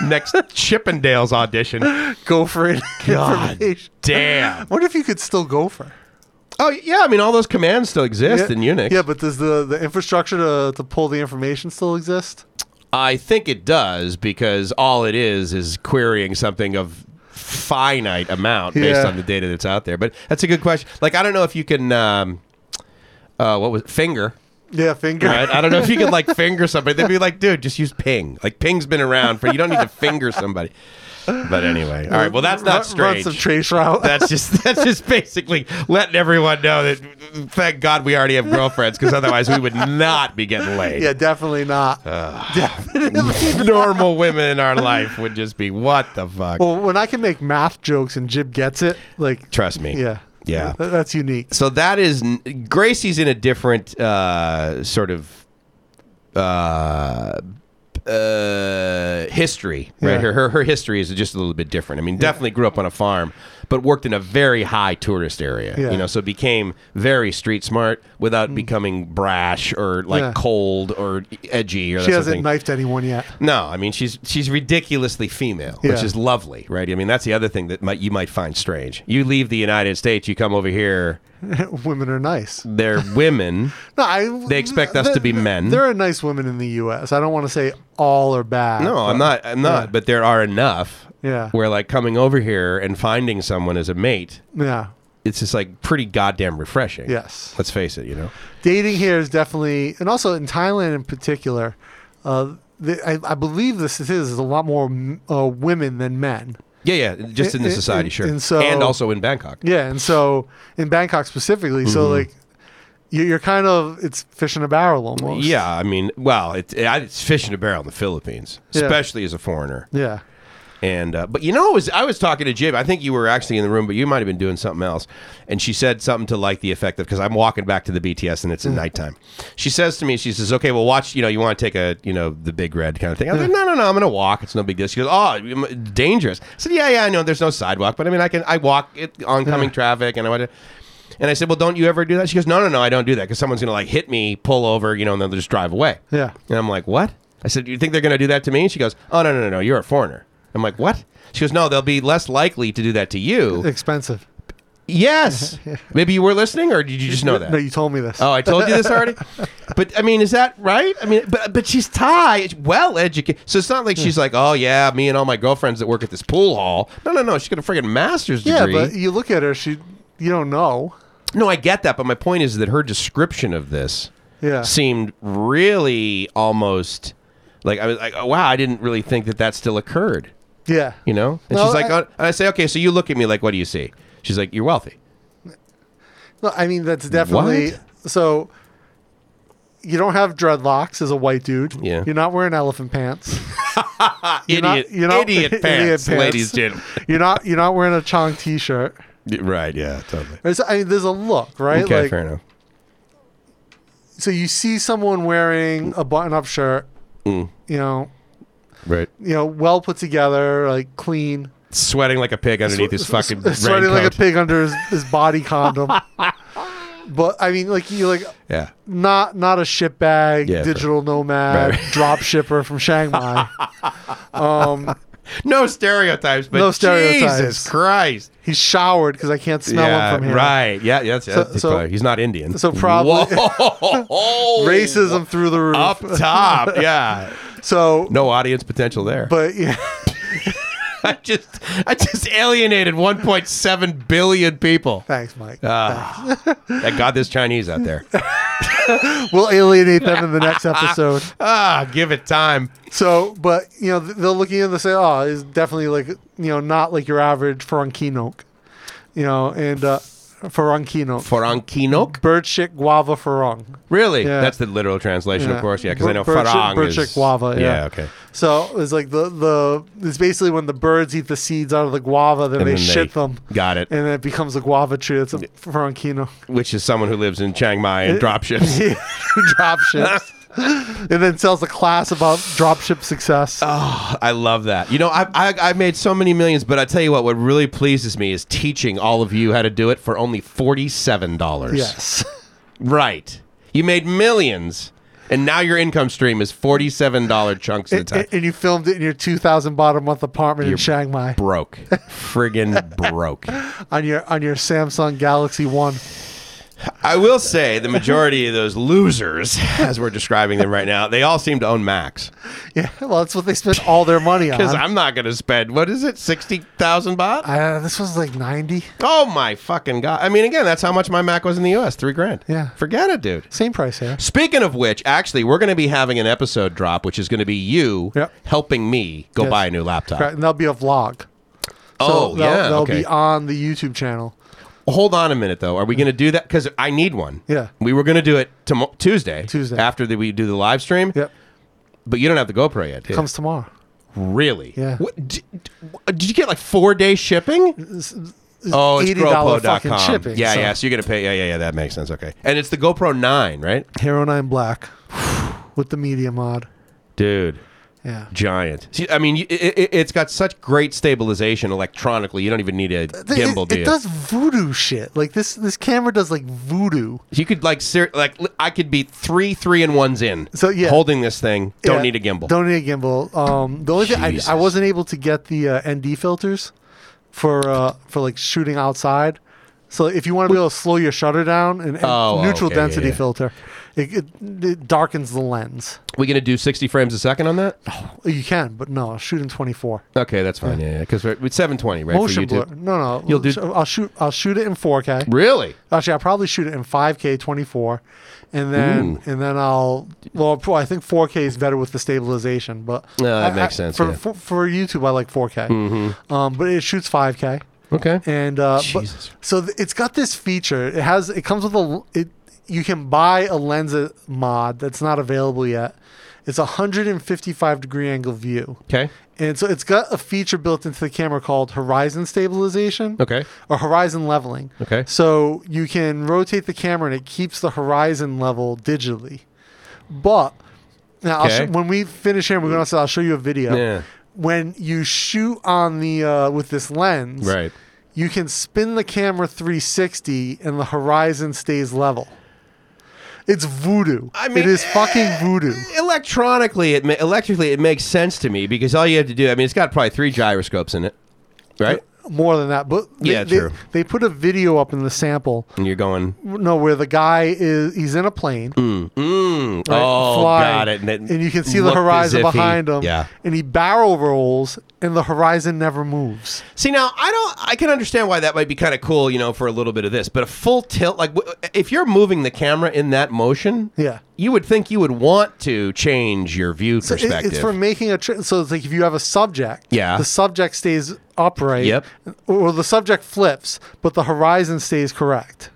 next Chippendales audition. Go for it. God information. damn. What if you could still go for? Oh yeah, I mean all those commands still exist in Unix. Yeah, but does the, the infrastructure to, to pull the information still exist? I think it does because all it is is querying something of finite amount based Yeah. on the data that's out there. But that's a good question. Like I don't know if you can. Um, uh, what was finger? Yeah, finger. Right? I don't know if you could like finger somebody. They'd be like, dude, just use ping. Like ping's been around for you don't need to finger somebody. But anyway, all right. Well, that's Run- not strange. Run some trace route. That's just that's just basically letting everyone know that thank God we already have girlfriends because otherwise we would not be getting laid. yeah, definitely not. Normal women in our life would just be what the fuck. well, when I can make math jokes and Jib gets it, like, Trust me. yeah, Yeah. Th- that's unique. So that is n- Gracie's in a different uh, sort of uh, uh, history, right? Yeah. Her, her her history is just a little bit different. I mean, definitely grew up on a farm, but worked in a very high tourist area. Yeah. Mm. You know, so became very street smart without becoming brash or like Yeah. cold or edgy or She that sort of hasn't thing. knifed anyone yet. No, I mean she's she's ridiculously female, which Yeah. is lovely, right? I mean that's the other thing that might, you might find strange. You leave the United States, you come over here, women are nice. they're women. No, I, They expect us to be men. There are nice women in the U.S. I don't want to say all are bad. No, I'm but- not. I'm not. But there are enough. Uh, Yeah. Where like coming over here and finding someone as a mate, Yeah. it's just like pretty goddamn refreshing. Yes. Let's face it, you know. dating here is definitely, and also in Thailand in particular, uh, the, I, I believe this is is a lot more mm, uh, women than men. Yeah, yeah. Just in the And- society, and- sure. and so- and also in Bangkok. Yeah, and so in Bangkok specifically, so Mm-hmm. like you- you're kind of it's fish in a barrel almost. Yeah, I mean, well, it, it, it's fish in a barrel in the Philippines, Yeah. especially as a foreigner. yeah, And uh, but you know, it was I was talking to Jib. I think you were actually in the room, but you might have been doing something else. And she said something to like the effect of because I'm walking back to the BTS and it's at nighttime. She says to me, she says, "Okay, well, watch. You know, you want to take a you know the big red kind of thing." I was like, "No, no, no, I'm going to walk. It's no big deal." She goes, "Oh, m- dangerous." I said, "Yeah, yeah, I know. There's no sidewalk, but I mean, I can I walk it oncoming traffic, and I want to." And I said, "Well, don't you ever do that?" She goes, "No, no, no, I don't do that because someone's going to like hit me, pull over, you know, and then they'll just drive away." Yeah. And I'm like, what? I said, you think they're going to do that to me? And she goes, oh, no, no, no, no, you're a foreigner. I'm like, what? She goes, no, they'll be less likely to do that to you. expensive. yes. Maybe you were listening or did you just know No, that? you told me this. Oh, I told you this already. But I mean, is that right? I mean, but but she's Thai, well educated. So it's not like she's like, oh yeah, me and all my girlfriends that work at this pool hall. No, no, no. She's got a friggin' master's yeah, degree. but you look at her, she you don't know. No, I get that, but my point is that her description of this Yeah. seemed really almost like I was like, oh, wow, I didn't really think that that still occurred, Yeah, you know? And No, she's like, I- oh, and I say, okay, so you look at me like, what do you see? She's like, you're wealthy. no, I mean that's definitely so. You don't have dreadlocks as a white dude. Yeah. You're not wearing elephant pants. Idiot, not- you're not- idiot, idiot pants, pants. ladies and You're not you're not wearing a Chong t-shirt. gentlemen. right, yeah, totally. There's, I mean, there's a look, right? Okay, like, fair enough. so you see someone wearing a button-up shirt, Mm. you know, Right. you know, well put together, like clean, Sweating like a pig underneath his fucking sweating like a raincoat. pig under his, his body condom. but I mean, like you like Yeah. not not a ship bag, Yeah, fair. digital nomad, Right. drop shipper from Shanghai. um, No stereotypes, but No stereotypes. Jesus Christ. he's showered because I can't smell yeah, him from here. right. Yeah, yeah. That's, that's so- probably- he's not Indian. so probably- Whoa. Racism through the roof. up top. Yeah, So, no audience potential there. but yeah, I just, I just alienated 1.7 billion people. thanks, Mike. Ah, thank God there's Chinese out there. we'll alienate them in the next episode. Ah, give it time. So, but you know, th- they'll look at you and they'll say, "Oh, it's definitely like you know, not like your average Ferrankinok, you know, and uh, Ferrankinok, Farankinok? bird shit guava farang." Really? Yeah. That's the literal translation, Yeah. of course. Yeah, because I know Bird shit- farang bird is shit guava, yeah. okay. So it's like the the it's basically when the birds eat the seeds out of the guava, then they then they- shit them, Got it. and then it becomes a guava tree. It's a Ferrankinok Which is someone who lives in Chiang Mai and dropships. drop ships, and then tells a class about dropship success. Oh, I love that. You know, I, I I made so many millions, but I tell you what, what really pleases me is teaching all of you how to do it for only forty-seven dollars. yes. Right. You made millions, and now your income stream is forty-seven dollar chunks at a And, time. and you filmed it in your 2,000 bottom month apartment in Chiang Mai. broke, friggin' broke. on your on your Samsung Galaxy One. I will say the majority of those losers, as we're describing them right now, they all seem to own Macs. Yeah, well, that's what they spent all their money on. Because I'm not going to spend what is it, sixty thousand baht? Uh, this was like 90. oh my fucking god! I mean, again, that's how much my Mac was in the U.S. Three grand. Yeah. forget it, dude. Same price, yeah. Speaking of which, actually, we're going to be having an episode drop, which is going to be you Yep. helping me go Yes. buy a new laptop. Right, and that'll be a vlog. Uh, Oh, that'll, yeah, That'll okay. be on the YouTube channel. Hold on a minute, though. Are we going to do that? Because I need one. Yeah. we were going to do it tomo- Tuesday. Tuesday. after the, we do the live stream. Yep. But you don't have the GoPro yet. dude. Comes tomorrow. Really? Yeah. What, did, did you get like four day shipping? Oh, it's $80 GoPro.com. fucking shipping, yeah, so- yeah. So you're gonna pay. Yeah, yeah, yeah. That makes sense. Okay. And it's the GoPro nine, right? Hero 9 Black with the media mod. Dude, Yeah. giant. See, I mean, it, it, it's got such great stabilization electronically. You don't even need a Th- gimbal, it, do it you? does voodoo shit. Like this this camera does like voodoo. You could like, ser- like li- I could be three three and ones in. So, yeah. holding this thing. Don't Yeah, need a gimbal. Don't need a gimbal. Um, the only thing Jesus. I, I wasn't able to get the uh, ND filters for uh, for like shooting outside. So if you want to be able to slow your shutter down and, and Oh, neutral okay, yeah, density yeah. filter, it, it, it darkens the lens. We gonna do sixty frames a second on that? You can, but no, I'll shoot in 24. Okay, that's fine. Yeah, yeah. Because we're it's seven twenty, right? Motion blur. for YouTube. No, no. You'll do- so I'll shoot. I'll shoot it in 4K. Really? Actually, I'll probably shoot it in 5K 24, and then and then I'll well, pro- I think 4K is better with the stabilization, but No, that I- makes I- sense, For, yeah. for for YouTube, I like 4K, um, but it shoots 5K, Okay. and uh, Jesus. but, so th- it's got this feature. It has it comes with a l- it. You can buy a lens uh, mod that's not available yet. It's a 155 degree angle view. Okay. And so it's got a feature built into the camera called horizon stabilization. Okay. Or horizon leveling. Okay. So you can rotate the camera and it keeps the horizon level digitally. But now I'll Okay. sh- when we finish here, we're going to I'll show you a video. Yeah. When you shoot on the uh, with this lens, Right. you can spin the camera 360 and the horizon stays level. It's voodoo. I mean, it is fucking voodoo. electronically it ma- electrically it makes sense to me because all you have to do i mean it's got probably three gyroscopes in it right More than that, but they, Yeah, they- true. they put a video up in the sample and you're going no, where the guy is he's in a plane. mm, right, oh flying, got it it And you can see the looked as horizon if he- behind him. yeah And he barrel rolls and the horizon never moves. see now i don't i can understand why that might be kind of cool you know for a little bit of this but a full tilt like w- if you're moving the camera in that motion Yeah. you would think you would want to change your view So it- perspective it's for making a tri- so it's like if you have a subject, Yeah. the subject stays upright, Yep. or the subject flips, but the horizon stays correct.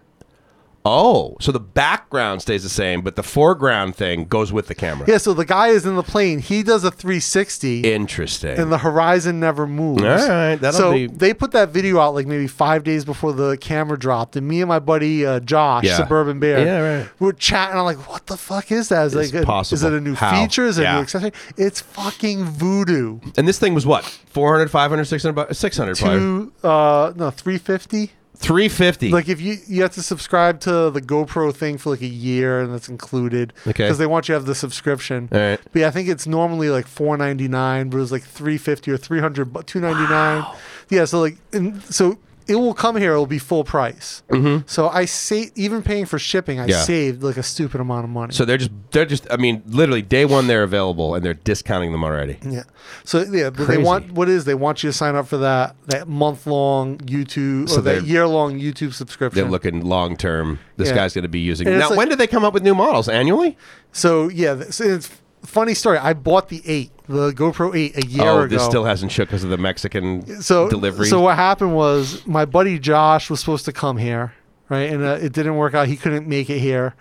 oh so the background stays the same but the foreground thing goes with the camera Yeah, so the guy is in the plane. He does a 360, interesting and the horizon never moves. All right, that'll so be- they put that video out like maybe five days before the camera dropped, and me and my buddy uh, Josh, Yeah. Suburban Bear, Yeah, right. we were chatting. I'm like, "What the fuck is that? Is, It's like a- is possible. it a new How? feature? Is it a Yeah. new accessory? It's fucking voodoo. And this thing was what? 400, 500, 600, bu- 600 probably. Two, uh, no, three fifty. 350. Like if you you have to subscribe to the GoPro thing for like a year, and that's included Okay. they want you to have the subscription. All right. But yeah, I think it's normally like four ninety nine, but it was like three fifty or three hundred, but two ninety nine. Yeah, so like, and so it will come here. It will be full price. Mm-hmm. So I say even paying for shipping, I Yeah. saved like a stupid amount of money. so they're just they're just I mean literally day 1 they're available and they're discounting them already. yeah. So yeah, but they Crazy. want what is they want you to sign up for that that month long YouTube So or that they're- year long YouTube subscription. They're looking long term. This Yeah. guy's going to be using. And it's Now like- when did they come up with new models? Annually? so yeah, th- so it's funny story. I bought the eight, the GoPro eight, a year oh, ago. this still hasn't shook because of the Mexican so delivery. So what happened was my buddy Josh was supposed to come here, right? And uh, it didn't work out. He couldn't make it here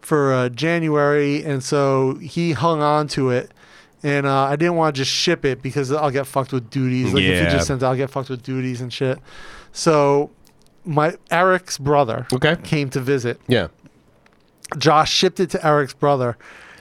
for uh, January, and so he hung on to it. And uh, I didn't want to just ship it because I'll get fucked with duties. Like if you Yeah. just sent, it, I'll get fucked with duties and shit. So my Eric's brother Okay. came to visit. yeah. Josh shipped it to Eric's brother.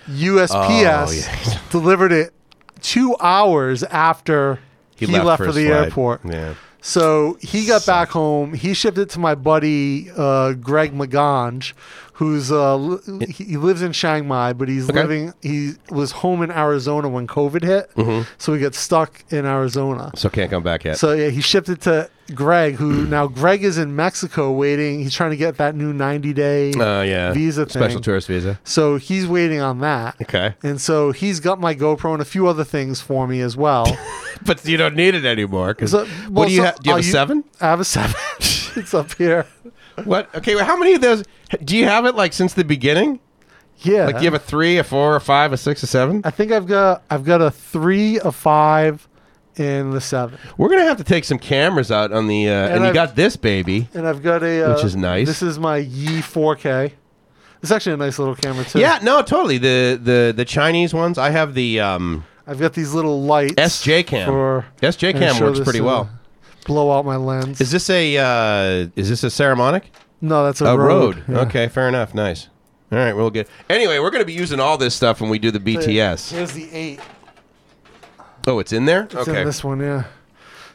USPS Oh, yeah. delivered it two hours after he, left, for his the flight. airport. Yeah. So he got back home. He shipped it to my buddy uh, Greg Maganj, who's uh, li- he he lives in Chiang Mai, but he's Okay. living. He was home in Arizona when COVID hit, Mm-hmm. so he got stuck in Arizona. So can't come back yet. So yeah, he shipped it to Greg, who now Greg is in Mexico waiting. He's trying to get that new ninety day uh, yeah. visa thing. Special tourist visa. So he's waiting on that. Okay. And so he's got my GoPro and a few other things for me as well. But you don't need it anymore. 'cause- So- what well, do you so- have? Do you I'll have a u- seven? I have a seven. it's up here. What? Okay. Well, how many of those do you have it like since the beginning? Yeah. Like do you have a three, a four, a five, a six, a seven? I think I've got I've got a three, a five, and the seven, We're gonna have to take some cameras out on the. Uh, and, you Uh-huh. I've- got this baby. and I've got a uh, Which is nice. This is my Yi 4K. It's actually a nice little camera too. Yeah. No. Totally. The the the Chinese ones. I have the um, I've got these little lights. SJ cam. for SJ and cam show works this, pretty uh, well. Blow out my lens. Is this a uh, is this a ceremonic? no, that's a, A road. Yeah. Okay, fair enough. Nice. All right, we'll get. Anyway, we're going to be using all this stuff when we do the BTS. Here's the eight. Oh, it's in there. It's okay. in this one, yeah.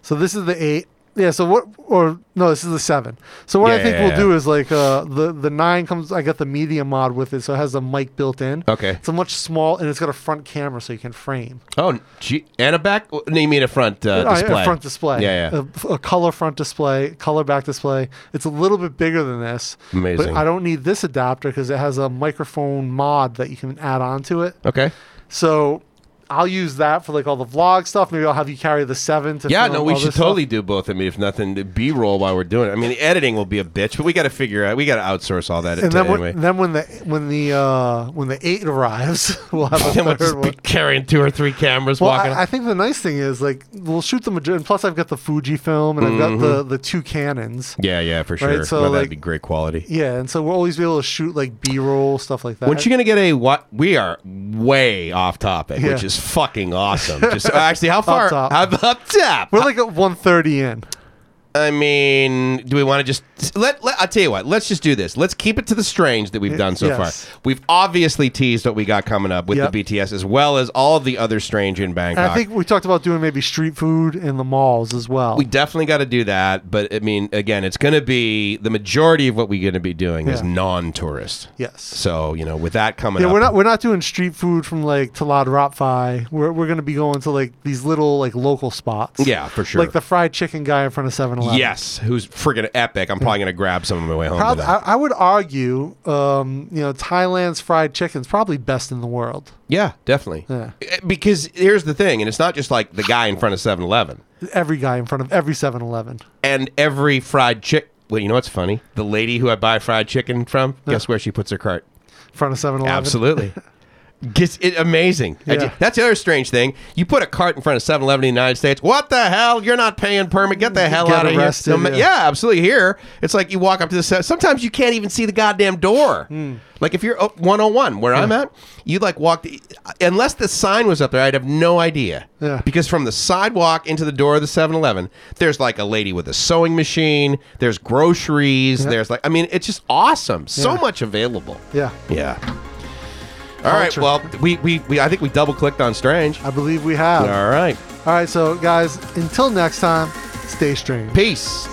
So this is the eight. Yeah, so what or no, this is the seven. So what I Yeah, think yeah, we'll yeah. do is like uh the the nine comes I got the media mod with it, so it has a mic built in. Okay. It's a much small and it's got a front camera so you can frame. Oh, gee, and a back. No, you mean a front uh, Uh, display? A front display. Yeah, yeah. A, a color front display, color back display. It's a little bit bigger than this. Amazing. But I don't need this adapter because it has a microphone mod that you can add onto it. okay. So I'll use that for like all the vlog stuff. Maybe I'll have you carry the seven to Yeah, film no, we all should this stuff. totally do both. I mean, if nothing, the B-roll while we're doing it. I mean, the editing will be a bitch, but we got to figure out. We got to outsource all that. and to- then when, anyway. then when the when the uh, when the eight arrives, we'll have a Then we'll third just be one. carrying two or three cameras Well, walking. I, I think the nice thing is like we'll shoot the majority. And plus, I've got the Fuji film and I've got the Mm-hmm. the two cannons. yeah, yeah, for sure. so, Well, that'd like- be great quality. Yeah, and so we'll always be able to shoot like B roll stuff like that. When you gonna get a what? We are way off topic, Yeah. which is fucking awesome. Just uh, actually, how far? top. How, up top. We're like at one thirty in. I mean, do we want to just let, let? I'll tell you what. Let's just do this. Let's keep it to the strange that we've done so yes. far. We've obviously teased what we got coming up with Yep. the BTS, as well as all the other strange in Bangkok. And I think we talked about doing maybe street food in the malls as well. we definitely got to do that. But I mean, again, it's going to be the majority of what we're going to be doing is Yeah. non-tourist. yes. So you know, with that coming Yeah, up, we're not we're not doing street food from like Talad Rapfi. We're we're gonna be going to like these little like local spots. Yeah, for sure. Like the fried chicken guy in front of 7-Eleven. Yes, who's friggin' epic? I'm probably going to grab some on my way home. Prob- today. I, I would argue, um, you know, Thailand's fried chicken's probably best in the world. Yeah, definitely. Yeah. Eh, Because here's the thing, and it's not just like the guy in front of 7 Eleven Every guy in front of every 7-Eleven. and every fried chick. Well, you know what's funny? The lady who I buy fried chicken from, guess where she puts her cart? In front of 7-Eleven. Absolutely. Gets it amazing. I Yeah. ju- That's the other strange thing. You put a cart in front of 7 Eleven in the United States. What the hell? You're not paying permit. Get the hell Get out of arrested, here. ma- yeah. yeah, absolutely. Here, it's like you walk up to the se- Sometimes you can't even see the goddamn door. Hmm. Like if you're oh, 101 where I'm at, you like walk, the, unless the sign was up there, I'd have no idea. Yeah. Because from the sidewalk into the door of the 7 Eleven, there's like a lady with a sewing machine, there's groceries, there's like, I mean, it's just awesome. So Yeah. much available. Yeah. Yeah. All right. Culture. Well, we, we, we I think we double clicked on Strange. I believe we have. All right. All right, so guys, until next time, stay strange. Peace.